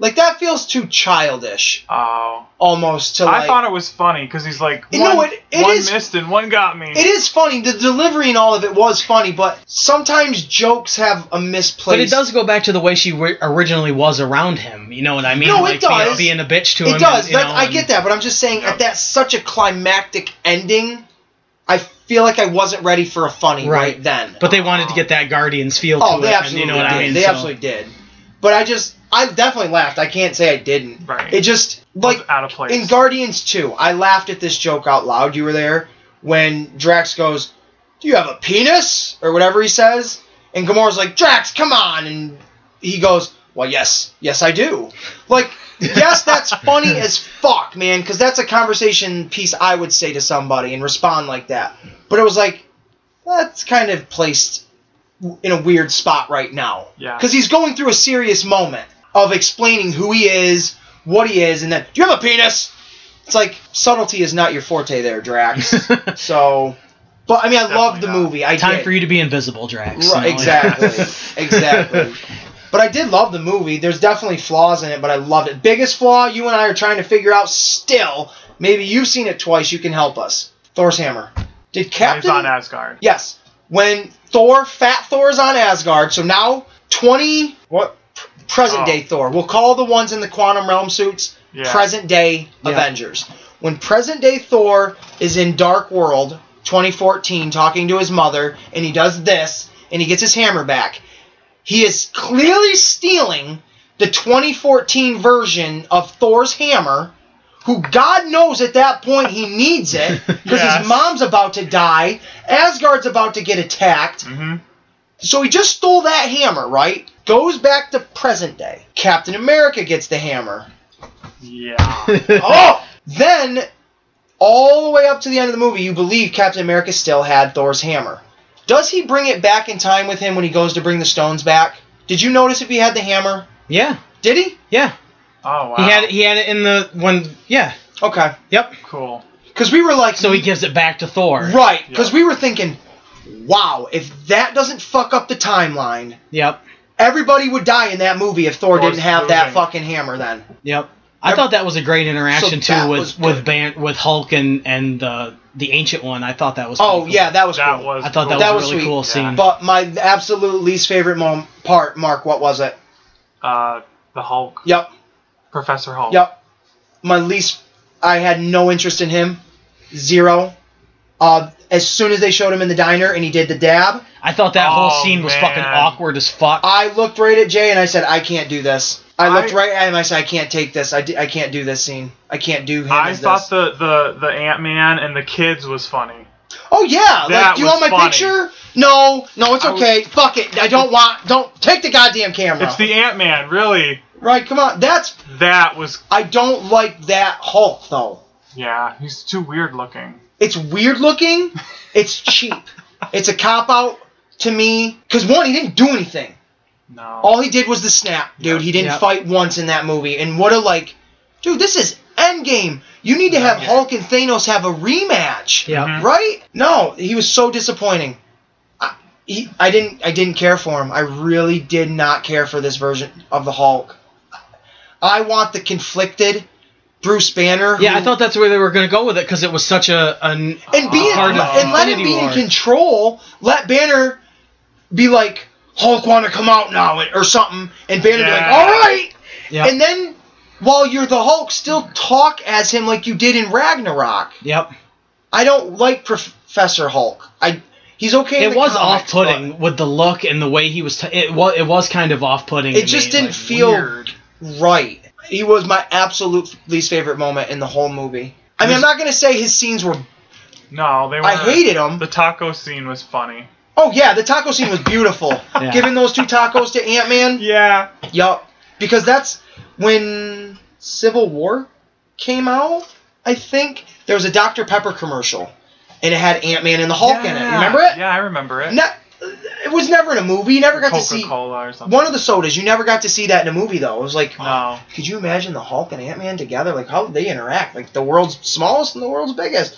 S2: Like that feels too childish,
S4: Oh.
S2: almost. To like,
S4: I thought it was funny because he's like
S2: You
S4: one,
S2: know, it- it
S4: one
S2: is-
S4: missed and one got me.
S2: it is funny. The delivery and all of it was funny, but sometimes jokes have a misplaced.
S3: But it does go back to the way she wi- originally was around him. You know what I mean?
S2: No, it
S3: like
S2: does.
S3: Being, being a bitch to him.
S2: It does.
S3: and, you
S2: that,
S3: know,
S2: I
S3: and-
S2: get that, but I'm just saying,
S4: Yeah.
S2: at that such a climactic ending, I feel like I wasn't ready for a funny right,
S3: Right.
S2: then.
S3: But they wanted to get that Guardians feel
S2: oh,
S3: to
S2: they
S3: it.
S2: absolutely
S3: and you know what
S2: did.
S3: I mean?
S2: they
S3: So-
S2: absolutely did. But I just, I definitely laughed. I can't say I didn't.
S4: Right.
S2: It just
S4: It's
S2: like
S4: out of place.
S2: In Guardians 2, I laughed at this joke out loud. You were there when Drax goes, "Do you have a penis?" or whatever he says, and Gamora's like, "Drax, come on!" and he goes, "Well, yes, yes, I do." Like, yes, that's funny as fuck, man, because that's a conversation piece I would say to somebody and respond like that. But it was like, that's kind of placed w- in a weird spot right now.
S4: Yeah.
S2: Because he's going through a serious moment of explaining who he is, what he is, and then, do you have a penis? It's like, subtlety is not your forte there, Drax. so, but I mean, I love the
S4: Definitely not.
S2: movie. I
S3: Time
S2: did.
S3: for you to be invisible, Drax. you know,
S2: Right,
S3: like-
S2: exactly. exactly. But I did love the movie. There's definitely flaws in it, but I loved it. Biggest flaw you and I are trying to figure out still. Maybe you've seen it twice. You can help us. Thor's hammer. Did
S4: When he's
S2: Captain?
S4: on Asgard.
S2: Yes. When Thor, Fat Thor is on Asgard, so now 20 what P- present
S4: Oh.
S2: day Thor. We'll call the ones in the quantum realm suits
S4: Yeah.
S2: present day
S3: Yeah.
S2: Avengers. When present day Thor is in Dark World 2014 talking to his mother and he does this and he gets his hammer back. He is clearly stealing the 2014 version of Thor's hammer who God knows at that point he needs it because
S4: Yes.
S2: his mom's about to die, Asgard's about to get attacked.
S4: hmm
S2: So he just stole that hammer, right? Goes back to present day. Captain America gets the hammer.
S4: Yeah.
S2: oh! Then all the way up to the end of the movie, you believe Captain America still had Thor's hammer. Does he bring it back in time with him when he goes to bring the stones back? Did you notice if he had the hammer?
S3: Yeah,
S2: Did he?
S3: yeah.
S4: Oh wow.
S3: He had it, he had it in the when. Yeah,
S2: Okay.
S3: yep.
S4: cool.
S2: Because we were like,
S3: So he gives it back to Thor.
S2: right? Because
S4: Yeah.
S2: we were thinking, wow, if that doesn't fuck up the timeline,
S3: Yep.
S2: everybody would die in that movie if Thor
S4: Thor's
S2: didn't have that
S4: losing.
S2: fucking hammer. Then
S3: Yep. I thought that was a great interaction
S2: So that
S3: too
S2: was
S3: with
S2: good.
S3: with Ban- with Hulk and and uh, the ancient one. I thought that was.
S2: oh
S3: pretty cool.
S2: yeah, that was
S4: That
S2: cool.
S4: was.
S3: I thought that
S4: cool.
S3: was,
S2: That
S3: a
S2: was
S3: really
S2: sweet.
S3: cool
S4: Yeah.
S3: scene.
S2: But my absolute least favorite mom part, Mark, what was it?
S4: uh, the Hulk.
S2: Yep,
S4: Professor Hulk.
S2: yep. My least, I had no interest in him, zero. Uh, as soon as they showed him in the diner and he did the dab,
S3: I thought that whole
S4: Oh,
S3: scene was fucking
S4: man. Uh,
S3: awkward as fuck.
S2: I looked right at Jay and I said, I can't do this. I looked
S4: I-
S2: right at him. I said, I can't take this. I, di- I can't do this scene. I can't do him.
S4: I
S2: as
S4: thought
S2: this.
S4: the the the Ant Man and the kids was funny.
S2: Oh yeah, like
S4: That
S2: do you want my
S4: was funny.
S2: picture? No, no, it's
S4: I was-
S2: okay. Fuck it. I don't want. Don't take the goddamn camera.
S4: It's the Ant Man, really.
S2: right. Come on. That's.
S4: That was
S2: I don't like that Hulk though.
S4: yeah. He's too weird looking.
S2: It's weird looking. It's cheap. it's a cop out to me. Cause one, he didn't do anything.
S4: No.
S2: All he did was the snap, dude.
S4: Yeah.
S2: He didn't
S3: Yeah.
S2: fight once in that movie. And what a like, dude. This is Endgame. You need to have
S4: Yeah.
S2: Hulk and Thanos have a rematch.
S3: yeah.
S4: Mhm.
S2: Right? No, he was so disappointing. I, he, I didn't I didn't care for him. I really did not care for this version of the Hulk. I want the conflicted Bruce Banner. who-
S3: Yeah, I thought that's where they were going to go with it because it was such a an
S2: and be in,
S3: Part of
S2: and let him
S3: Infinity
S2: be in
S3: War.
S2: control. Let Banner be like Hulk want to come out now and- or something, and Banner be like,
S4: Yeah.
S2: all right.
S3: Yep.
S2: And then while you're the Hulk, still talk as him like you did in Ragnarok.
S3: yep.
S2: I don't like Prof- Professor Hulk. I he's okay. in
S3: It
S2: the
S3: was
S2: comics,
S3: off-putting with the look and the way he was. T- it was it was kind of off-putting.
S2: It
S3: to
S2: just
S3: me,
S2: didn't
S3: like,
S2: feel
S4: Weird.
S2: Right. He was my absolute least favorite moment in the whole movie. I mean, I'm not gonna say his scenes were.
S4: No, they were.
S2: I hated him.
S4: The taco scene was funny.
S2: Oh yeah, the taco scene was beautiful.
S3: Yeah.
S2: Giving those two tacos to Ant Man.
S4: Yeah.
S2: Yup. Because that's when Civil War came out. I think there was a Dr Pepper commercial, and it had Ant Man and the Hulk in it.
S4: Yeah.
S2: Remember it?
S4: Yeah, I remember it.
S2: Ne- it was never in a movie. You never got to see
S4: Coca-Cola or something.
S2: one of the sodas. You never got to see that in a movie though. It was like,
S4: No.
S2: could you imagine the Hulk and Ant Man together? Like how they interact? Like the world's smallest and the world's biggest.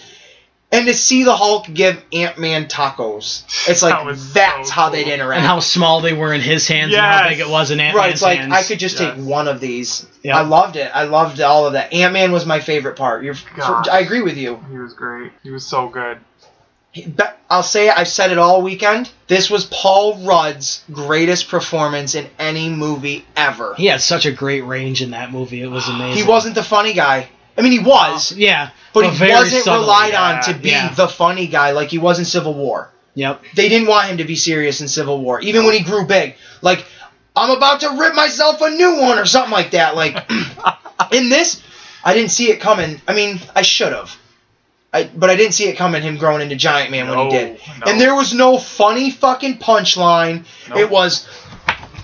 S2: And to see the Hulk give Ant Man tacos, it's like
S4: That was
S2: that's
S4: so
S2: how they'd
S4: cool.
S2: interact.
S3: and how small they were in his hands and how
S4: Yes.
S3: big it was in Ant Man's
S2: right, it's like
S3: hands.
S2: I could just take
S4: Yes.
S2: one of these.
S3: Yeah.
S2: I loved it. I loved all of that. Ant Man was my favorite part. You're,
S4: Gosh.
S2: I agree with you.
S4: He was great. He was so good.
S2: But I'll say it, I've said it all weekend. This was Paul Rudd's greatest performance in any movie ever.
S3: he had such a great range in that movie. It was amazing.
S2: He wasn't the funny guy. I mean, he was,
S3: Yeah,
S2: but he
S3: very
S2: wasn't
S3: subtly.
S2: relied on
S4: yeah,
S2: to be
S3: yeah.
S2: the funny guy like he was in Civil War.
S3: Yep.
S2: They didn't want him to be serious in Civil War, even when he grew big. Like, I'm about to rip myself a new one or something like that. Like, in this, I didn't see it coming. I mean, I should have. I, but I didn't see it coming, him growing into Giant Man when he
S4: No,
S2: did.
S4: no.
S2: And there was no funny fucking punchline.
S4: Nope.
S2: It was,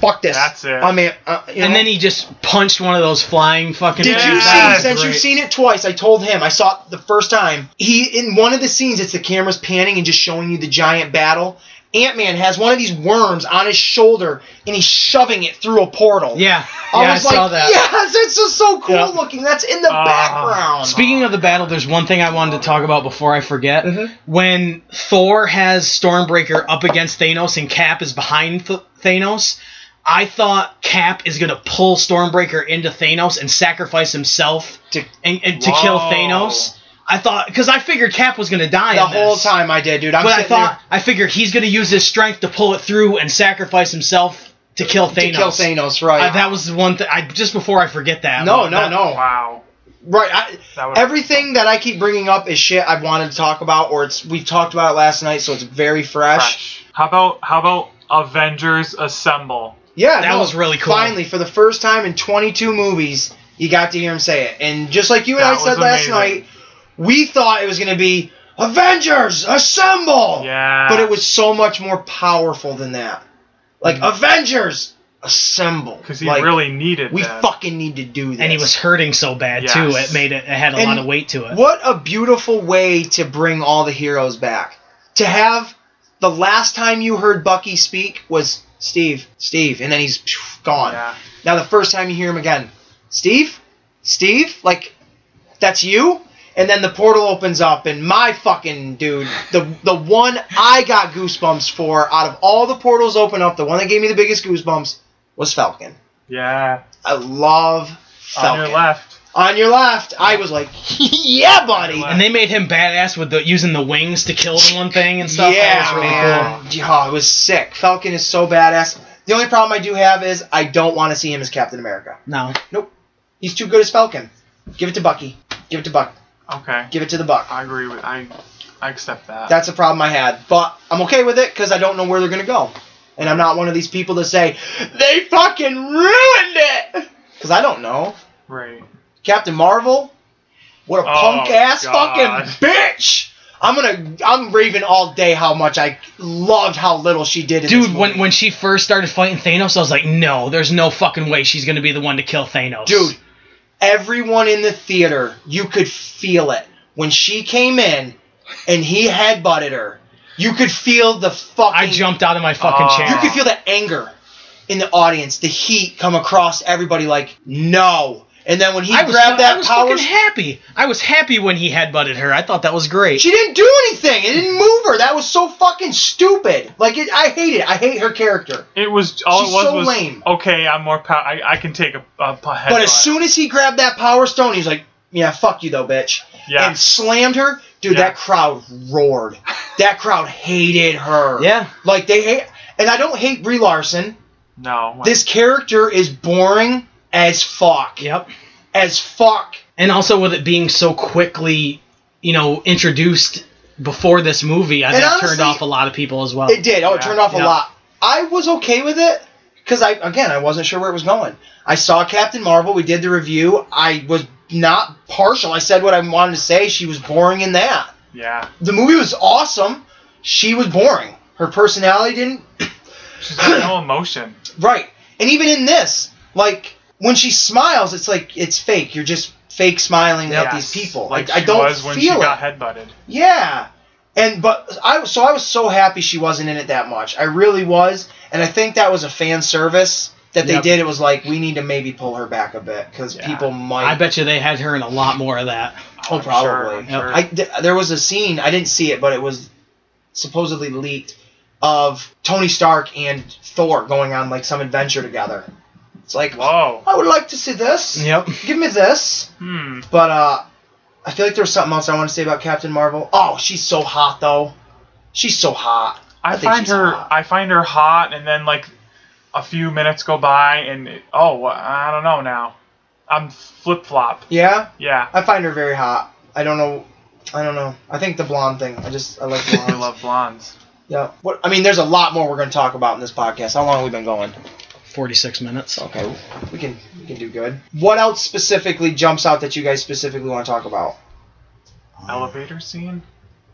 S2: fuck this.
S4: That's it.
S2: I mean, uh, you
S3: And
S2: know?
S3: then he just punched one of those flying fucking.
S2: Did you
S4: Yeah,
S2: see?
S4: that's
S2: Since you've seen it twice, I told him I saw it the first time. He in one of the scenes, it's the cameras panning and just showing you the giant battle. Ant Man has one of these worms on his shoulder and he's shoving it through a portal.
S3: Yeah.
S2: I
S3: yeah,
S2: was
S3: I
S2: like,
S3: saw that.
S2: yes, it's just so cool
S3: Yeah.
S2: looking. That's in the
S4: Ah.
S2: background.
S3: Speaking of the battle, there's one thing I wanted to talk about before I forget.
S2: Mm-hmm.
S3: When Thor has Stormbreaker up against Thanos and Cap is behind Th- Thanos, I thought Cap is going to pull Stormbreaker into Thanos and sacrifice himself to, and, and to kill
S4: Whoa.
S3: Thanos. I thought because I figured Cap was going to die
S2: the
S3: in
S2: whole
S3: this.
S2: time I did, dude. I'm
S3: But I
S2: sitting
S3: thought I figured he's going to use his strength to pull it through and sacrifice himself to kill
S2: there
S3: Thanos.
S2: to kill Thanos, right?
S3: I- that was the one thing. I just before I forget that.
S2: no,
S3: that-
S2: no, no.
S4: Wow.
S2: Right. I,
S4: That would-
S2: everything that I keep bringing up is shit I've wanted to talk about, or it's we talked about it last night, so it's very fresh.
S4: Fresh. How about how about Avengers Assemble?
S2: Yeah,
S3: That was really cool.
S2: Finally, for the first time in 22 movies, you got to hear him say it. And just like you and
S4: That
S2: I said
S4: was
S2: last
S4: amazing.
S2: night, we thought it was going to be Avengers Assemble.
S4: Yeah.
S2: But it was so much more powerful than that. Like Avengers assemble
S4: because Mm. he
S2: Like,
S4: really needed
S2: we
S4: that.
S2: fucking need to do this.
S3: and he was hurting so bad too.
S4: Yes.
S3: It made it. It had a
S2: And
S3: lot of weight to it.
S2: What a beautiful way to bring all the heroes back. To have the last time you heard Bucky speak was Steve, Steve, and then he's phew, gone.
S4: Yeah.
S2: Now the first time you hear him again, Steve, Steve, like that's you. And then the portal opens up, and my fucking dude, the the one I got goosebumps for out of all the portals open up, the one that gave me the biggest goosebumps was Falcon.
S4: Yeah.
S2: I love Falcon.
S4: On your left.
S2: On your left, I was like, yeah, buddy.
S3: And they made him badass with the using the wings to kill the one thing and stuff.
S2: Yeah,
S3: that was really
S2: man. Yeah, it was sick. Falcon is so badass. The only problem I do have is I don't want to see him as Captain America.
S3: cool. No,
S2: He's too good as Falcon. Give it to Bucky. Give it to Buck.
S4: Okay.
S2: Give it to the Buck.
S4: I agree with I. I accept that.
S2: That's a problem I had, but I'm okay with it because I don't know where they're gonna go, and I'm not one of these people that say they fucking ruined it because I don't know.
S4: right.
S2: Captain Marvel, what a
S4: Oh,
S2: punk ass
S4: God.
S2: fucking bitch. I'm gonna I'm raving all day how much I loved how little she did. In this
S3: dude.
S2: movie.
S3: When when she first started fighting Thanos, I was like, no, there's no fucking way she's gonna be the one to kill Thanos,
S2: dude everyone in the theater you could feel it when she came in and he headbutted her you could feel the fucking Uh,
S3: I jumped out of my fucking
S4: Oh.
S3: chair.
S2: you could feel the anger in the audience the heat come across everybody like no and then when he
S3: I was,
S2: grabbed
S3: I
S2: that
S3: was
S2: power
S3: fucking happy. I was happy when he headbutted her. I thought that was great.
S2: she didn't do anything it didn't move her that was so fucking stupid like it, i hate it i hate her character
S4: It was all
S2: She's
S4: it was
S2: so
S4: was
S2: lame.
S4: okay. I'm more. Pow- I I can take a, a p- headbutt.
S2: but as soon as he grabbed that power stone he's like yeah fuck you though bitch
S4: yeah,
S2: and slammed her. Dude,
S4: Yeah.
S2: that crowd roared. That crowd hated her.
S3: yeah,
S2: Like they hate and I don't hate Brie Larson.
S4: no.
S2: This character is boring as fuck.
S3: yep.
S2: As fuck.
S3: And also with it being so quickly, you know, introduced before this movie, I
S2: And
S3: think
S2: honestly,
S3: turned off a lot of people as well.
S2: It did. Oh, it
S4: Yeah,
S2: turned off a
S3: yeah.
S2: lot. I was okay with it because I again I wasn't sure where it was going. I saw Captain Marvel. We did the review. I was not partial. I said what I wanted to say. She was boring in that.
S4: yeah,
S2: The movie was awesome. She was boring. Her personality didn't
S4: she's got no emotion.
S2: Right. And even in this, like when she smiles, it's like it's fake. You're just fake smiling at
S4: Yes,
S2: these people.
S4: like
S2: Like,
S4: she
S2: I don't
S4: was when
S2: feel
S4: she
S2: it.
S4: got headbutted.
S2: yeah. And but I was so I was so happy she wasn't in it that much. I really was, and I think that was a fan service that they
S3: Yep.
S2: did. It was like we need to maybe pull her back a bit because
S4: Yeah.
S2: people might.
S3: I bet you they had her in a lot more of that.
S2: Oh,
S4: I'm Sure, I'm
S2: probably.
S4: sure.
S2: I, th- there was a scene I didn't see it, but it was supposedly leaked of Tony Stark and Thor going on like some adventure together. It's like,
S4: Whoa.
S2: I would like to see this.
S3: Yep.
S2: Give me this.
S4: Hmm.
S2: But uh, I feel like there was something else I want to say about Captain Marvel. Oh, she's so hot though. She's so hot.
S4: I,
S2: I think
S4: find
S2: she's
S4: her.
S2: hot.
S4: I find her hot, and then like a few minutes go by, and it- oh, wha- I don't know now. I'm flip flop.
S2: Yeah,
S4: Yeah,
S2: I find her very hot. I don't know. I don't know. I think the blonde thing. I just I like
S4: I
S2: blondes.
S4: love blondes.
S2: yeah. What I mean, there's a lot more we're gonna talk about in this podcast. How long have we been going?
S3: Forty-six minutes.
S2: Okay, we can we can do good. What else specifically jumps out that you guys specifically want to talk about?
S4: Elevator scene.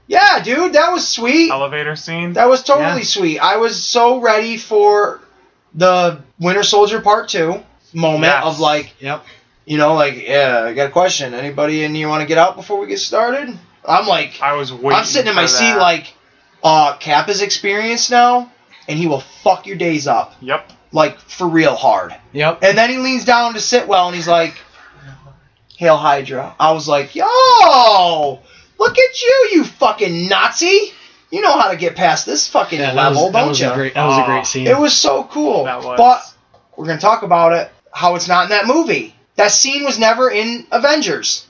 S2: Yeah, dude, that was sweet.
S4: Elevator scene.
S2: That was totally
S3: Yeah.
S2: sweet. I was so ready for the Winter Soldier Part Two moment
S4: Yes.
S2: of like,
S3: Yep.
S2: you know, like, yeah, I got a question. Anybody in you want to get out before we get started? I'm like,
S4: I was waiting.
S2: I'm sitting in
S4: for
S2: my seat
S4: that.
S2: like, uh, Cap is experienced now, and he will fuck your days up,
S4: Yep.
S2: like for real hard.
S3: Yep.
S2: And then he leans down to Sitwell and he's like, Hail Hydra. I was like, yo, look at you, you fucking Nazi. You know how to get past this fucking
S3: Yeah, that
S2: level,
S3: was, that was
S2: don't
S3: a
S2: you?
S3: great. That was a
S4: Aw.
S3: great scene.
S2: It was so cool.
S4: That was.
S2: But we're going to talk about it, how it's not in that movie. That scene was never in Avengers.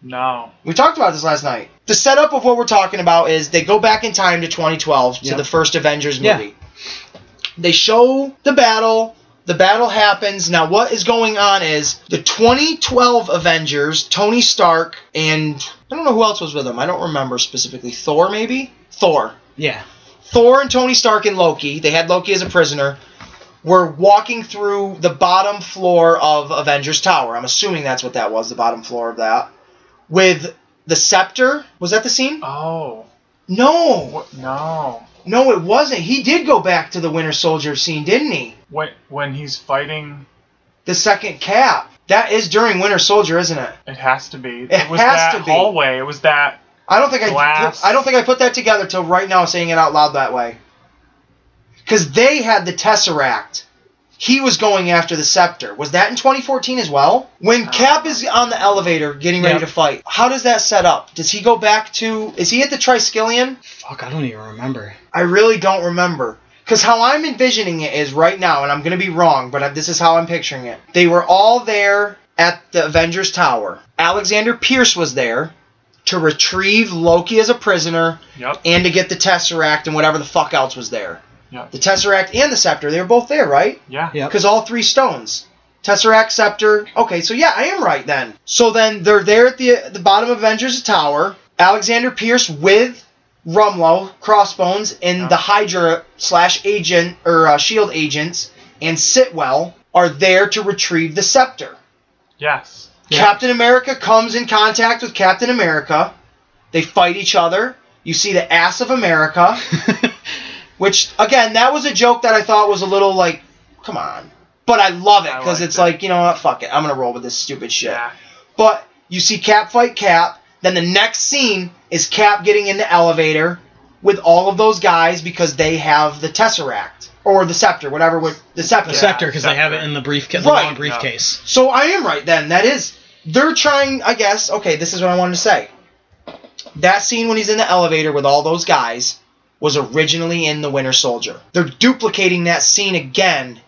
S4: no.
S2: We talked about this last night. The setup of what we're talking about is they go back in time to 2012 to
S3: Yep.
S2: the first Avengers
S3: Yeah.
S2: movie. They show the battle. The battle happens. Now, what is going on is the 2012 Avengers, Tony Stark, and I don't know who else was with him. I don't remember specifically. Thor, maybe? Thor.
S3: yeah.
S2: Thor and Tony Stark and Loki, they had Loki as a prisoner, were walking through the bottom floor of Avengers Tower. I'm assuming that's what that was, the bottom floor of that. With the scepter. Was that the scene?
S4: Oh.
S2: No.
S4: What? No.
S2: No, it wasn't. He did go back to the Winter Soldier scene, didn't he?
S4: when when he's fighting,
S2: The second cap. That is during Winter Soldier, isn't it?
S4: it has to be. It, was
S2: has
S4: that
S2: to be.
S4: hallway. It was that.
S2: I don't think I
S4: Glass.
S2: I don't think I put that together till right now saying it out loud that way. Cuz they had the Tesseract. He was going after the scepter. Was that in 2014 as well? When Cap is on the elevator getting ready
S3: Yep.
S2: to fight. How does that set up? Does he go back to Is he at the Triskelion?
S3: Fuck, I don't even remember.
S2: I really don't remember. Because how I'm envisioning it is right now, and I'm going to be wrong, but this is how I'm picturing it. They were all there at the Avengers Tower. Alexander Pierce was there to retrieve Loki as a prisoner
S4: Yep.
S2: and to get the Tesseract and whatever the fuck else was there.
S4: Yep.
S2: The Tesseract and the Scepter, they were both there, right?
S4: Yeah.
S3: Yep.
S2: Because all three stones. Tesseract, Scepter. Okay, so yeah, I am right then. So then they're there at the the bottom of Avengers Tower. Alexander Pierce with Rumlow, Crossbones, and
S4: Yeah.
S2: the Hydra slash agent or uh, Shield agents and Sitwell are there to retrieve the scepter.
S4: Yes.
S3: Yeah.
S2: Captain America comes in contact with Captain America. They fight each other. You see the ass of America. Which again, that was a joke that I thought was a little like, come on. But I love it
S4: I
S2: because
S4: liked
S2: it's
S4: it.
S2: like you know what, fuck it, I'm gonna roll with this stupid shit.
S4: Yeah.
S2: But you see Cap fight Cap. Then the next scene is Cap getting in the elevator with all of those guys because they have the Tesseract or the Scepter, whatever. With the Scepter.
S3: The scepter, because they have it
S4: scepter.
S3: in the briefcase,
S2: Right.
S3: the long briefcase.
S2: So I am right then. That is, they're trying. I guess. Okay, this is what I wanted to say. That scene when he's in the elevator with all those guys was originally in the Winter Soldier. They're duplicating that scene again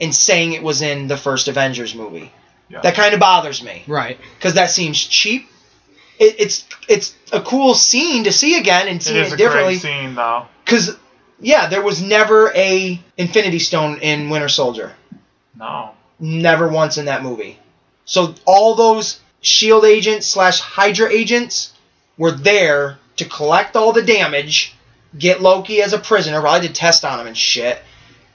S2: and saying it was in the first Avengers movie.
S4: Yeah.
S2: That kind of bothers me
S3: Right.
S2: because that seems cheap. It, it's it's a cool scene to see again and
S4: It
S2: see
S4: is
S2: it,
S4: a
S2: differently.
S4: great scene though.
S2: Because yeah, there was never a Infinity Stone in Winter Soldier
S4: No.
S2: never once in that movie. So all those shield E agents slash Hydra agents were there to collect all the damage, get Loki as a prisoner, probably to test on him and shit.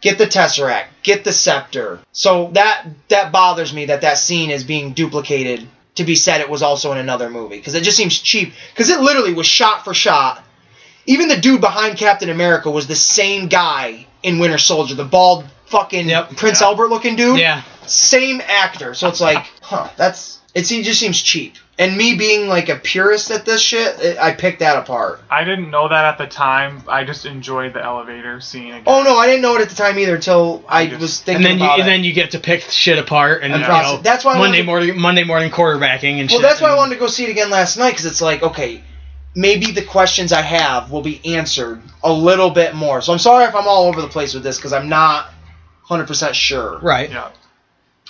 S2: Get the Tesseract, get the scepter. So that that bothers me that that scene is being duplicated to be said it was also in another movie because it just seems cheap because it literally was shot for shot. Even the dude behind Captain America was the same guy in Winter Soldier, the bald fucking
S3: Yep.
S2: Prince
S4: Yeah.
S2: Albert looking dude
S3: Yeah.
S2: same actor. So it's like, huh, that's it. se- just seems cheap. And me being like a purist at this shit, it, I picked that apart.
S4: I didn't know that at the time. I just enjoyed the elevator scene. Again.
S2: Oh no, I didn't know it at the time either till I
S4: Yes.
S2: was
S3: And
S2: thinking
S3: then you
S2: about
S3: and
S2: it.
S3: then you get to pick shit apart and,
S2: And
S3: you
S2: process-
S3: know,
S2: that's why I
S3: Monday
S2: wanted-
S3: morning Monday morning quarterbacking and
S2: well,
S3: shit.
S2: that's why I
S3: and-
S2: wanted to go see it again last night because it's like, okay, maybe the questions I have will be answered a little bit more. So I'm sorry if I'm all over the place with this because I'm not 100% sure.
S3: Right.
S4: Yeah.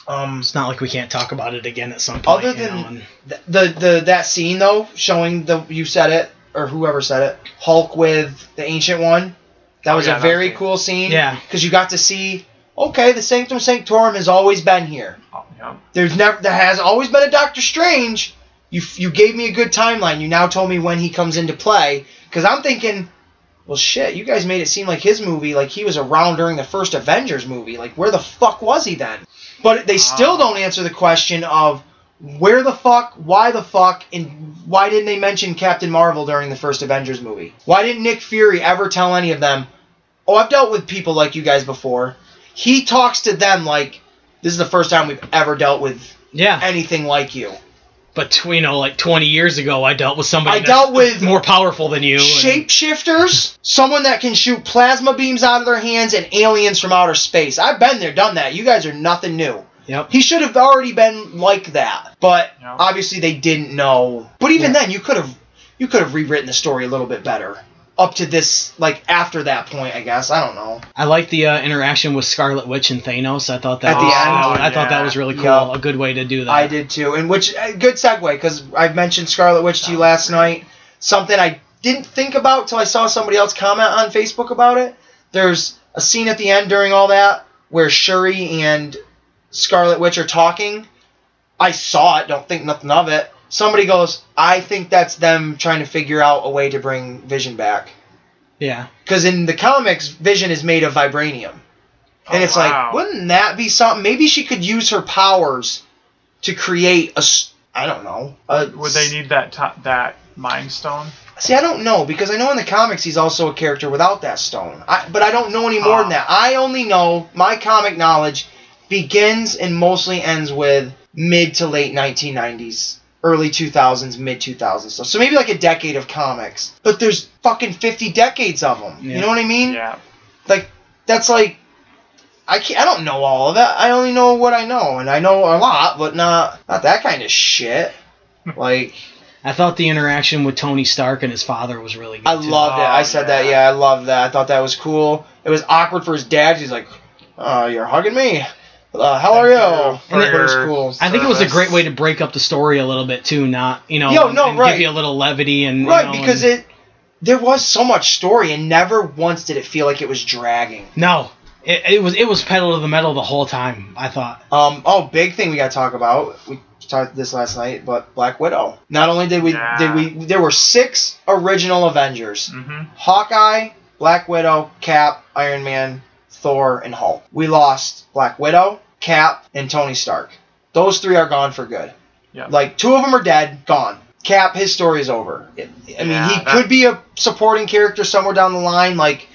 S2: Um,
S3: It's not like we can't talk about it again at some point.
S2: other
S3: you know,
S2: than
S3: and-
S2: th- the, the that scene though showing the you said it or whoever said it hulk with the ancient one that was
S4: Oh, yeah,
S2: a
S4: that
S2: very
S4: scene.
S2: cool scene
S3: Yeah.
S2: because you got to see okay the sanctum sanctorum has always been here
S4: Oh, yeah.
S2: there's never there has always been a doctor strange you, f- you gave me a good timeline you now told me when he comes into play because i'm thinking well shit you guys made it seem like his movie like he was around during the first avengers movie like where the fuck was he then but they still
S4: Ah.
S2: don't answer the question of where the fuck why the fuck and why didn't they mention captain marvel during the first avengers movie why didn't nick fury ever tell any of them oh i've dealt with people like you guys before he talks to them like this is the first time we've ever dealt with
S3: yeah.
S2: anything like you.
S3: But tw- you know, like 20 years ago, I dealt with somebody.
S2: I
S3: that's
S2: dealt with
S3: more powerful than you. and-
S2: Shapeshifters, someone that can shoot plasma beams out of their hands and aliens from outer space. I've been there, done that. You guys are nothing new.
S3: Yep.
S2: He should have already been like that, but
S4: Yeah.
S2: obviously they didn't know. But even then, you could have you could have rewritten the story a little bit better. Up to this, like after that point, I guess I don't know.
S3: I like the uh, interaction with Scarlet Witch and Thanos. I thought that
S2: At the
S3: was,
S2: end?
S3: I, thought that
S4: Yeah.
S3: was really cool.
S2: Yeah.
S3: A good way to do that.
S2: I did too, and which uh, good segue because I mentioned Scarlet Witch to you last night. Something I didn't think about till I saw somebody else comment on Facebook about it. There's a scene at the end during all that where Shuri and Scarlet Witch are talking. I saw it. Don't think nothing of it. Somebody goes, "I think that's them trying to figure out a way to bring Vision back."
S3: Yeah.
S2: Because in the comics, Vision is made of vibranium. And
S4: Oh,
S2: it's
S4: wow.
S2: like, wouldn't that be something? Maybe she could use her powers to create a. s- I don't know. A,
S4: Would they need that ti that mind stone?
S2: See, I don't know because I know in the comics he's also a character without that stone. I, but I don't know any more than that. I only know my comic knowledge begins and mostly ends with mid to late 1990s, early 2000s, mid 2000s stuff. So maybe like a decade of comics. But there's fucking 50 decades of them. You
S3: Yeah.
S2: know what I mean?
S4: Yeah.
S2: Like that's like I can't, I don't know all of that. I only know what I know and I know a lot, but not not that kind of shit. Like
S3: I thought the interaction with Tony Stark and his father was really good.
S2: I
S3: too.
S2: loved it. I
S4: Oh,
S2: said
S4: yeah.
S2: that. Yeah, I loved that. I thought that was cool. It was awkward for his dad. He's like, "Uh, you're hugging me. Uh, how are
S4: Thank
S2: you?"
S4: you
S2: And it
S4: for
S2: was
S4: your
S2: cool.
S3: I think it was a
S4: service.
S3: great way to break up the story a little bit too, not you know,
S2: Yo,
S3: and-
S2: no,
S3: and
S2: right.
S3: give you a little levity and you
S2: Right,
S3: know,
S2: because
S3: and-
S2: it there was so much story, and never once did it feel like it was dragging.
S3: no, it, it was it was pedal to the metal the whole time. I thought
S2: Um, oh, big thing we got to talk about. We talked this last night, but Black Widow. Not only did we
S4: Yeah.
S2: did we there were six original Avengers:
S4: hmm
S2: Hawkeye, Black Widow, Cap, Iron Man, Thor, and Hulk. We lost Black Widow, Cap, and Tony Stark. Those three are gone for good.
S4: Yeah.
S2: Like two of them are dead, gone. Cap, his story is over. I I mean,
S4: Yeah,
S2: he
S4: that-
S2: could be a supporting character somewhere down the line, like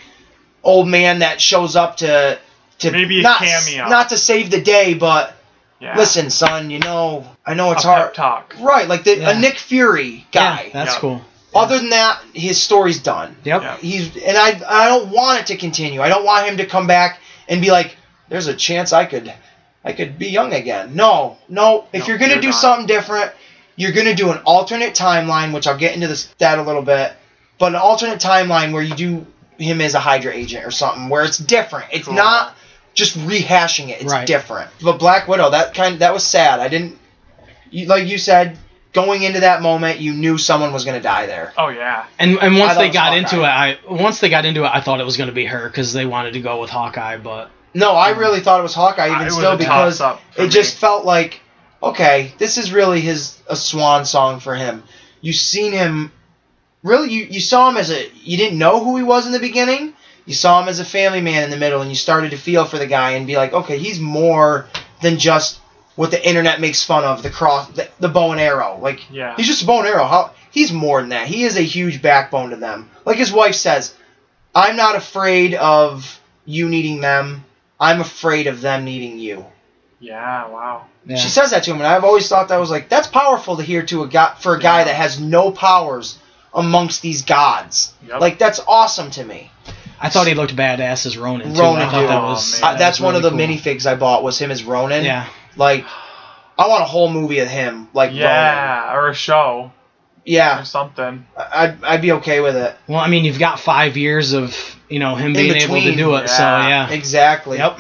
S2: old man that shows up to to
S4: Maybe a
S2: not,
S4: cameo.
S2: not to save the day, but
S4: Yeah.
S2: listen, son, you know, I know
S4: A
S2: it's
S4: pep
S2: hard.
S4: talk.
S2: Right, like the,
S3: Yeah.
S2: a Nick Fury guy.
S3: yeah, that's
S4: Yeah.
S3: cool.
S2: Other than that, his story's done
S3: Yep.
S4: Yeah.
S2: he's and I I don't want it to continue. I don't want him to come back and be like, there's a chance I could I could be young again. No, no. If
S4: No,
S2: you're gonna
S4: you're
S2: do
S4: not.
S2: something different, you're gonna do an alternate timeline, which I'll get into this that a little bit, but an alternate timeline where you do him as a Hydra agent or something, where it's different. It's
S4: Cool.
S2: not just rehashing it. It's
S3: Right.
S2: different. But Black Widow, that kind that was sad. I didn't you, like you said. Going into that moment, you knew someone was going to die there.
S4: Oh yeah.
S3: And and
S2: I thought
S3: once
S2: it
S3: they
S2: was
S3: got
S2: Hawkeye.
S3: into it, I once they got into it, I thought it was going to be her because they wanted to go with Hawkeye, but
S2: No, I really thought it was Hawkeye
S4: I-
S2: even
S4: it was
S2: still
S4: a
S2: because
S4: toss-up for
S2: it
S4: me.
S2: just felt like okay, this is really his a swan song for him. You seen him really you, you saw him as a you didn't know who he was in the beginning. You saw him as a family man in the middle and you started to feel for the guy and be like, okay, he's more than just what the internet makes fun of, the cross the, the bow and arrow. Like
S4: Yeah.
S2: He's just a bow and arrow. How he's more than that. He is a huge backbone to them. Like his wife says, I'm not afraid of you needing them. I'm afraid of them needing you.
S4: Yeah. Wow.
S3: yeah.
S2: She says that to him, and I've always thought that was like that's powerful to hear to a guy for a guy
S4: Yeah.
S2: that has no powers amongst these gods.
S4: Yep.
S2: Like that's awesome to me.
S3: I thought he looked badass as Ronan. Too.
S2: Ronan,
S3: I thought
S2: dude.
S3: that was
S2: Uh,
S4: Oh, man.
S3: that
S2: that's
S3: was
S2: one of the
S3: really cool.
S2: minifigs I bought was him as Ronan.
S3: Yeah,
S2: Like I want a whole movie of him. Like Ronan.
S4: yeah. Or a show or
S2: Yeah.
S4: something.
S2: I'd, I'd be okay with it.
S3: well, I mean, you've got five years of you know him being able
S2: between.
S3: to do it, so
S4: Yeah.
S3: yeah,
S2: Exactly.
S3: yep,